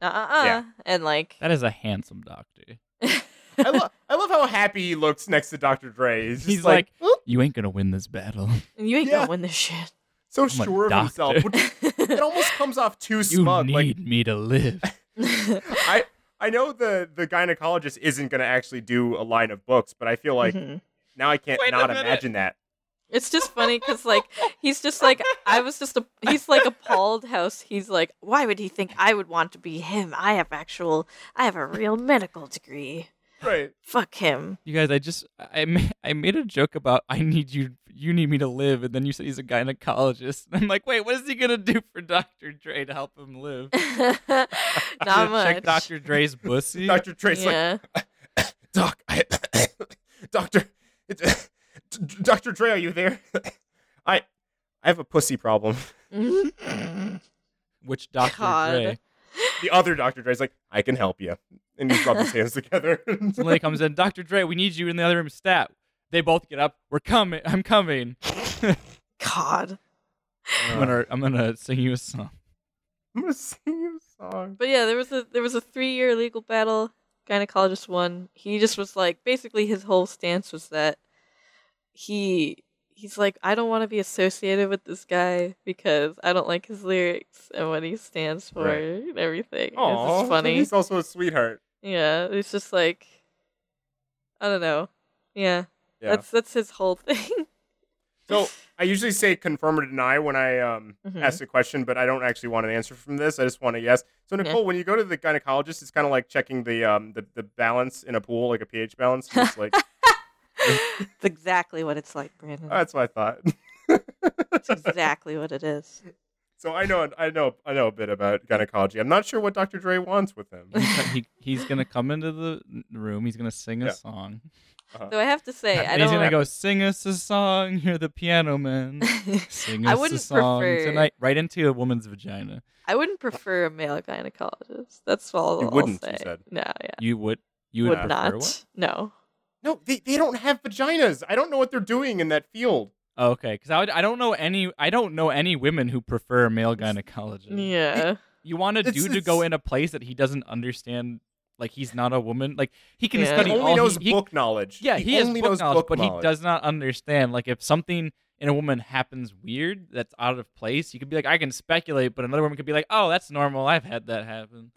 A: nah uh uh
B: Yeah.
A: and like
C: That is a handsome doctor.
B: I, lo- I love how happy he looks next to Dr. Dre. He's, just
C: He's
B: like,
C: like, You ain't gonna win this battle.
A: you ain't
B: Yeah.
A: gonna win this shit.
B: so
C: a
B: sure of
C: doctor.
B: himself. which- It almost comes off too
C: You
B: smug.
C: need
B: Like
C: me to live.
B: I I know the the gynecologist isn't going to actually do a line of books, but I feel like
A: Mhm.
B: now I can't
C: Wait a
B: not
C: minute.
B: imagine that.
A: It's just funny because like he's just like I was just a he's like appalled how s- he's like why would he think I would want to be him I have actual I have a real medical degree
B: Right.
A: fuck him
C: You guys, I just I ma- I made a joke about I need you you need me to live, and then you said he's a gynecologist. And I'm like, wait, what is he gonna do for Dr. Dre to help him live?
A: not
C: Gonna
A: much.
C: Check Dr. Dre's pussy.
B: Dr. Dre's like,
A: yeah.
B: Doc, I, Doctor, Doctor Dre, are you there? I, I have a pussy problem.
C: Which Dr.
A: God.
C: Dre?
B: The other Doctor Dre's like, I can help you, and he's rubbed his hands together.
C: Somebody comes in, Dr. Dre, we need you in the other room. Stat. They both get up. We're coming. I'm coming.
A: God.
C: I'm gonna I'm gonna sing you a song.
B: I'm gonna sing you a song.
A: But yeah, there was a there was a three year legal battle. Gynecologist won. He just was like basically his whole stance was that he he's like, I don't want to be associated with this guy because I don't like his lyrics and what he stands for
B: Right.
A: and everything. it's
B: Oh,
A: just funny.
B: He's also a sweetheart.
A: Yeah. It's just like I don't know. Yeah.
B: Yeah.
A: That's that's his whole thing.
B: so I usually say confirm or deny when I um,
A: Mhm.
B: ask a question, but I don't actually want an answer from this. I just want a yes. So
A: Yeah.
B: Nicole, when you go to the gynecologist, it's kind of like checking the um the, the balance in a pool, like a pH balance. and It's like
A: It's exactly what it's like, Brandon.
B: "Oh, that's what I thought.
A: It's exactly what it is.
B: so I know I know I know a bit about gynecology. I'm not sure what Dr. Dre wants with them.
C: he, he's gonna come into the room. He's gonna sing a
B: Yeah.
C: song.
A: Though I have to say, I
C: and he's
A: don't.
C: gonna go sing us a song. You're the piano man. Sing
A: I
C: us a
A: wouldn't
C: song
A: prefer-
C: tonight, right into a woman's vagina.
A: I wouldn't prefer a male gynecologist. That's all
B: You
A: I'll
B: wouldn't, you
A: say.
B: said.
A: No, yeah.
C: You would, you would, prefer
A: would not.
C: What?
A: No.
B: no, they, they don't have vaginas. I don't know what they're doing in that field.
C: Oh, okay, because I, would- I don't know any, I don't know any women who prefer a male gynecologist.
A: Yeah.
C: You want a
B: It's-
C: dude to go
B: it's-
C: in a place that he doesn't understand, like he's not a woman. Like he can
A: Yeah.
C: study
B: He only
C: all
B: knows
C: he, he-
B: book knowledge.
C: Yeah, he, has
B: only
C: book
B: knows
C: knowledge,
B: book
C: but he
B: knowledge.
C: does not understand. Like if something in a woman happens weird, that's out of place. You could be like, I can speculate, but another woman could be like, Oh, that's normal. I've had that happen.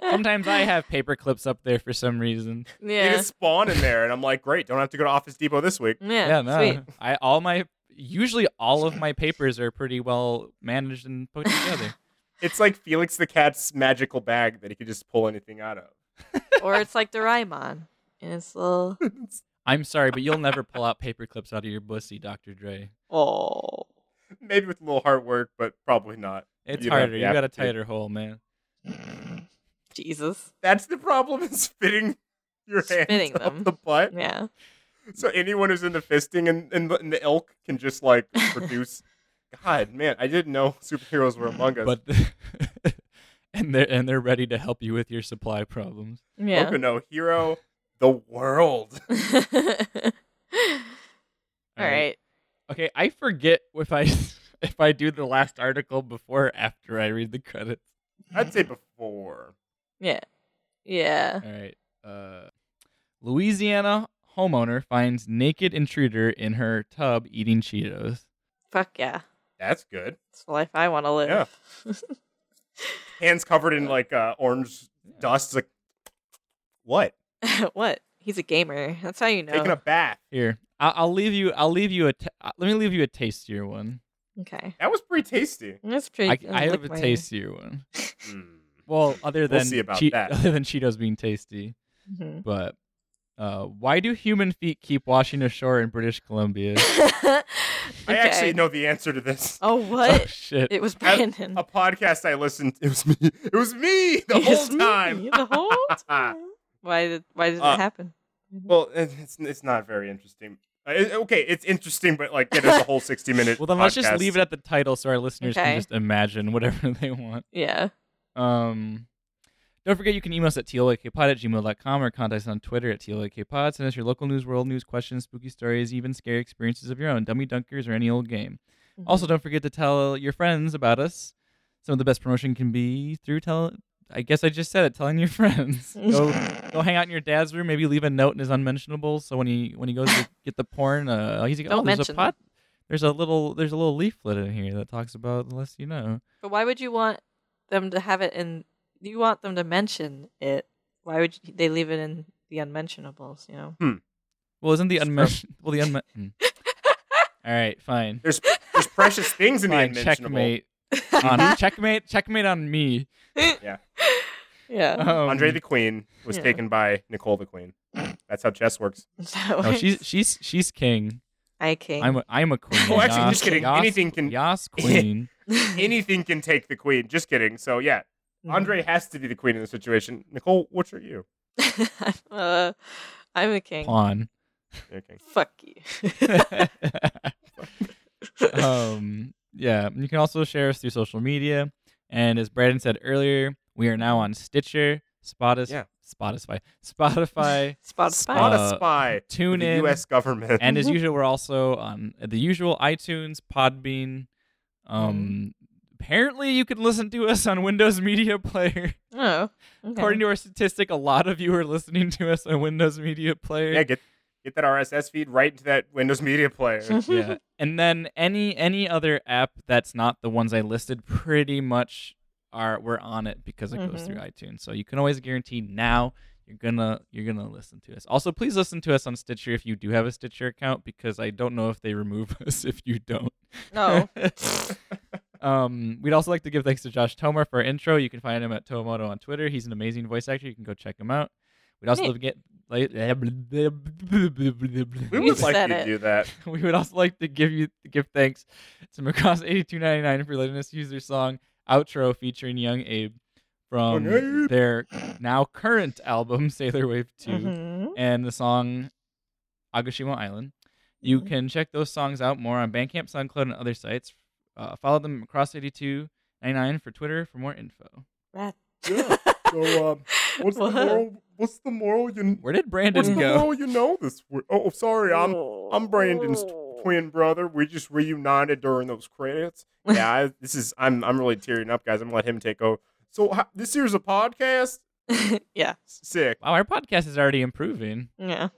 C: Sometimes I have paper clips up there for some reason.
B: They
A: yeah.
B: just spawn in there, and I'm like, great, don't have to go to Office Depot this week.
A: Yeah.
C: yeah, no.
A: Sweet.
C: I all my usually all of my papers are pretty well managed and put together.
B: It's like Felix the Cat's magical bag that he could just pull anything out of.
A: or it's like Doraemon and it's little.
C: I'm sorry, but you'll never pull out paper clips out of your bussy, Dr. Dre.
A: Oh.
B: Maybe with a little hard work, but probably not.
C: It's
B: You don't have
C: harder.
B: the
C: You got a
B: aptitude.
C: tighter hole, man.
A: Jesus.
B: That's the problem is fitting your
A: Spitting
B: hands up
A: them.
B: the butt.
A: Yeah.
B: So anyone who's into fisting and, and, the, and the elk can just like produce. God, man, I didn't know superheroes were among us.
C: But and they're and they're ready to help you with your supply problems.
A: Yeah.
B: Okuno, hero, the world.
A: All right.
C: Okay, I forget if I if I do the last article before or after I read the credits.
B: I'd say before.
A: Yeah. Yeah.
C: All right. Uh, Louisiana homeowner finds naked intruder in her tub eating Cheetos.
A: Fuck yeah.
B: That's good.
A: It's the life I want to live.
B: Hands covered in like uh, orange dust. It's like, what?
A: what? He's a gamer. That's how you know.
B: Taking a bath.
C: Here, I- I'll leave you. I'll leave you a. T- uh, let me leave you a tastier one.
A: Okay.
B: That was pretty tasty.
A: That's pretty.
C: I,
A: good.
C: I have
A: Lick
C: a
A: my-
C: tastier one.
B: Mm.
C: Well, other
B: We'll
C: than
B: see about
C: Che-
B: that.
C: other than Cheetos being tasty,
A: Mhm.
C: but uh, why do human feet keep washing ashore in British Columbia?
B: I actually
A: Okay.
B: know the answer to this.
A: Oh
C: oh
A: what?
C: shit!
A: It was
B: I-
A: Brandon.
B: A podcast I listened. It was me. It was me the
A: Um. It
B: whole
A: was me
B: time. Ah.
A: the whole time. Why did Why did
B: Uh,
A: it happen?
B: well, it- it's it's not very interesting. Uh, it- okay, it's interesting, but like it is a whole sixty minute.
C: Well, then let's just
B: podcast.
C: leave it at the title so our listeners
A: Okay.
C: can just imagine whatever they want.
A: Yeah.
C: Um, don't forget you can email us at tlakpod at gmail.com or contact us on Twitter at tlakpod. Send us your local news, world news, questions, spooky stories, even scary experiences of your own, dummy dunkers, or any old game.
A: Mm-hmm.
C: Also, don't forget to tell your friends about us. Some of the best promotion can be through tell. I guess I just said it. Telling your friends. Go, go hang out in your dad's room. Maybe leave a note in his unmentionables. So when he when he goes to get the porn, uh, he's like,
A: Don't
C: oh, there's a
A: mention
C: pot. There's a little there's a little leaflet in here that talks about the less you know.
A: But why would you want them to have it in? You want them to mention it. Why would you, they leave it in the unmentionables? You know.
C: Well, isn't the
B: It's
C: unmention? Well, the unmen. mm. All right, fine.
B: There's there's precious things in
C: fine.
B: the unmentionable.
C: Checkmate.
A: Mm-hmm.
C: on checkmate. Checkmate on me.
A: Yeah.
C: Um,
B: Andre the Queen was
A: Yeah.
B: taken by Nicole the Queen. That's how chess works.
A: Is that
C: No,
A: what-
C: she's she's she's king.
A: I king.
C: I'm a, I'm a queen.
B: Oh, actually,
C: Yas,
B: just kidding.
C: Yas-
B: Anything can-
C: Yas queen.
B: Anything can take the queen. Just kidding. So yeah,
A: Mm-hmm.
B: Andre has to be the queen in this situation. Nicole, what are you?
A: I'm, uh, I'm a king.
C: Pawn.
B: Okay.
A: Fuck you.
C: um, yeah, you can also share us through social media. And as Brandon said earlier, we are now on Stitcher, Spotis-
B: Yeah.
C: Spotify, Spotify,
A: Spot
B: Not
A: spy.
B: a spy. for
C: Uh, Tune
B: the
C: in,
B: U.S. government.
C: and as usual, we're also on the usual iTunes, Podbean. Um, apparently, you can listen to us on Windows Media Player.
A: Oh. okay.
C: According to our statistic, a lot of you are listening to us on Windows Media Player.
B: yeah, get get that RSS feed right into that Windows Media Player.
C: yeah and then any any other app that's not the ones i listed pretty much are we're on it because it goes through itunes so you can always guarantee now You're gonna you're gonna listen to us. Also, please listen to us on Stitcher if you do have a Stitcher account, because I don't know if they remove us if you don't.
A: No.
C: um, we'd also like to give thanks to Josh Tomer for our intro. You can find him at Tomoto on Twitter. He's an amazing voice actor. You can go check him out. We'd also
A: Neat.
C: love to get like,
B: We
A: You
B: would like
A: said
B: you to
A: it.
B: do that.
C: we would also like to give you give thanks to Macross eighty two ninety nine for letting us use their song outro featuring Young Abe from
B: Young Abe. Mm-hmm.
C: their now current album Sailor Wave 2
A: Mhm.
C: and the song Agashimo Island. You
B: Mm-hmm.
A: Mhm.
C: can check those songs out more on Bandcamp, SoundCloud, and other sites. Uh, follow them at Macross eighty two ninety nine for Twitter for more info.
A: Rat.
B: Yeah, So, um, what's the
A: What?
B: moral? What's the moral? You
C: Where did
B: what's
C: Brandon
B: the
C: go?
B: moral? You know this. word? Oh, sorry. I'm I'm Brandon's twin brother. We just reunited during those credits. Yeah, I, this is. I'm I'm really tearing up, guys. I'm gonna let him take over. So ho- this here's a podcast.
A: yeah.
B: S- Sick.
C: Wow, our podcast is already improving.
A: Yeah.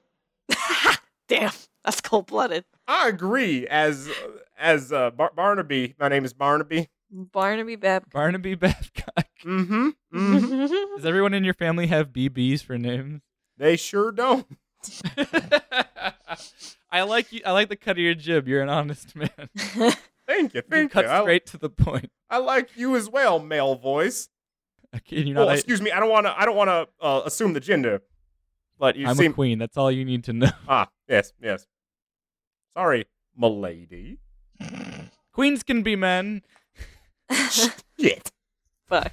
A: Damn. That's cold blooded.
B: I agree. As as uh, Bar- Barnaby, my name is Barnaby.
A: Barnaby Babcock.
C: Barnaby Babcock.
B: Mm-hmm. mm-hmm.
C: Does everyone in your family have BBs for names?
B: They sure don't.
C: I like you. I like the cut of your jib. You're an honest man.
B: Thank you.
C: You
B: Thank you.
C: cut
B: I,
C: straight to the point.
B: I like you as well, male voice.
C: Okay, you know,
B: Well,
C: I,
B: excuse me. I don't want to. I don't want to uh, assume the gender. But you
C: am
B: seem.
C: a queen. That's all you need to know.
B: ah, yes, yes. Sorry, milady.
C: Queens can be men.
B: Shit.
A: Fuck.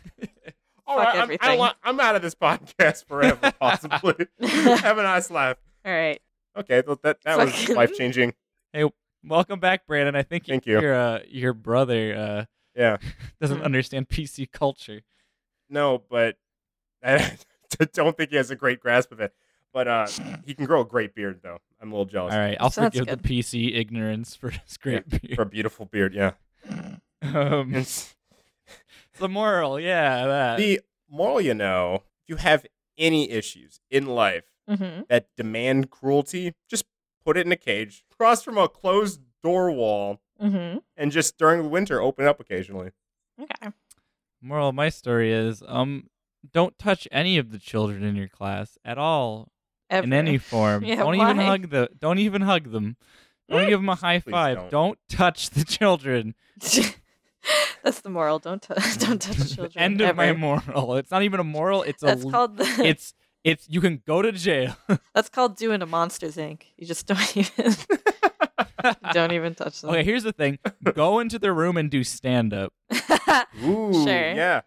B: All
A: Fuck
B: right, I'm, I
A: everything.
B: don't want, I'm out of this podcast forever, possibly. Have a nice life.
A: All right.
B: Okay, well, that that was
A: Fucking-
B: life changing.
C: Welcome back, Brandon. I think
B: Thank you.
C: your uh, your brother
B: Yeah,
C: uh, doesn't
A: Mm.
C: understand PC culture.
B: no, but I don't think he has a great grasp of it. But uh, he can grow a great beard, though. I'm a little jealous.
C: All right, I'll
A: Sounds
C: forgive
A: good.
C: the PC ignorance for his great
B: For
C: beard.
B: a beautiful beard, yeah.
C: Um,
B: It's-
C: the moral, yeah, that.
B: the moral, you know, if you have any issues in life
A: Mm-hmm.
B: that demand cruelty, just put it in a cage, cross from a closed door wall,
A: Mm-hmm.
B: and just during the winter, open it up occasionally.
A: Okay.
C: moral of my story is um don't touch any of the children in your class at all in
A: Ever.
C: any form
A: Yeah,
C: don't even
A: why?
C: hug the don't even hug them don't give them a high
B: Mm. Please
C: five
B: don't.
C: touch the children
A: That's the moral. Don't t- don't touch children.
C: end
A: ever.
C: of my moral it's not even a moral it's a
A: That's
C: l-
A: called the,
C: it's it's you can go to jail
A: that's called doing a Monsters Inc. You just don't even don't even touch them.
C: okay here's the thing go into their room and do stand up
B: Ooh,
A: Sure.
B: yeah.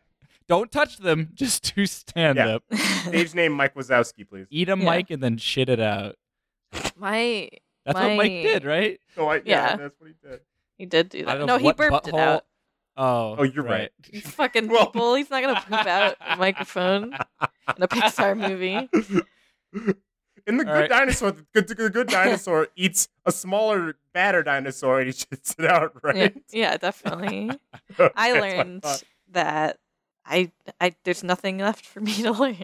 C: don't touch them just do stand
B: Yeah.
C: up
B: Dave's name, Mike Wazowski, please.
C: eat a
A: Yeah.
C: mic and then shit it out
A: my
C: that's what mike
A: My-
C: did right
B: Oh, I, yeah,
A: Yeah.
B: that's what he did.
A: he did do
C: Out
A: that.
C: of
A: No, he
C: what
A: burped it
C: butthole-
A: out.
C: Oh,
B: Oh, you're right.
A: You fucking
B: Well-
A: people. He's not gonna poop out a microphone in a Pixar movie.
B: In the
C: All
B: good
C: right.
B: dinosaur, the good, the good dinosaur eats a smaller, badder dinosaur and he shits it out,
A: Yeah,
B: right?
A: yeah, definitely. I
B: That's what
A: learned
B: thought.
A: that I I there's nothing left for me to learn.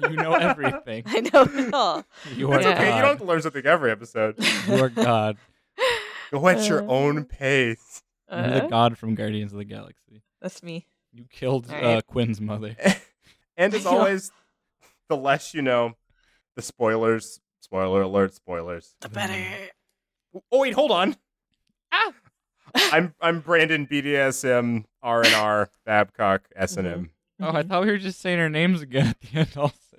C: you know everything.
A: I know it all.
C: You are
B: It's
A: Yeah.
B: okay. You don't have to learn something every episode.
C: You are God.
B: Go at your
A: Uh.
B: own pace.
C: You're the
A: Uh,
C: God from Guardians of the Galaxy.
A: that's me.
C: You killed
A: All right.
C: uh, Quinn's mother.
B: And as
A: I know.
B: always, the less you know, the spoilers. Spoiler alert! Spoilers.
A: The better.
B: Oh wait, hold on. I'm I'm Brandon BDSM R and R Babcock S and M.
C: Oh,
A: Mm-hmm.
C: I thought we were just saying our names again at the end. Also,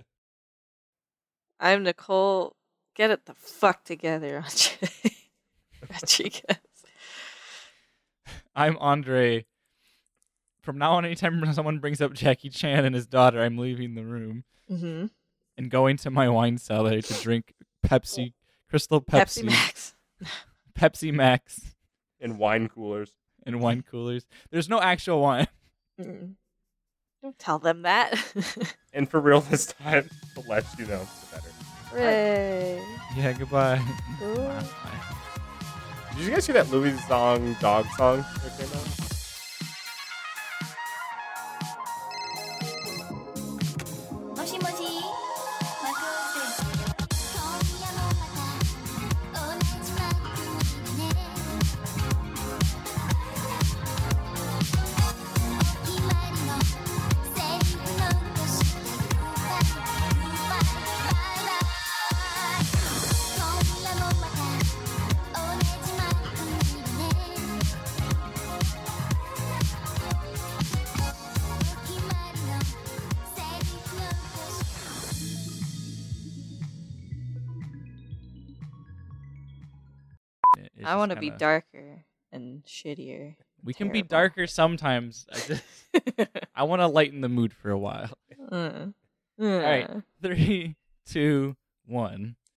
A: I'm Nicole. Get it the fuck together, Andre. Rodriguez.
C: I'm Andre. From now on, anytime someone brings up Jackie Chan and his daughter, I'm leaving the room
A: Mm-hmm.
C: and going to my wine cellar to drink Pepsi, Crystal
A: Pepsi.
C: Pepsi,
A: Max.
C: Pepsi Max,
B: and wine coolers.
C: and wine coolers. There's no actual wine.
A: Mm. Don't tell them that.
B: And for real this time, the less you know, the better.
A: Hooray.
C: Yeah, goodbye.
A: Ooh.
B: Did you guys hear that Louis Zong dog song that came out?
E: 「もしもしマクロスです」「今夜もまた同じマックにね」「お決まりのセリフのとしてください」
C: It's
A: I
C: just
A: want to be
C: kinda-
A: darker and shittier.
C: We can be
A: terrible.
C: darker sometimes. I just I want to lighten the mood for a while.
A: Uh,
C: right. Three, two, one.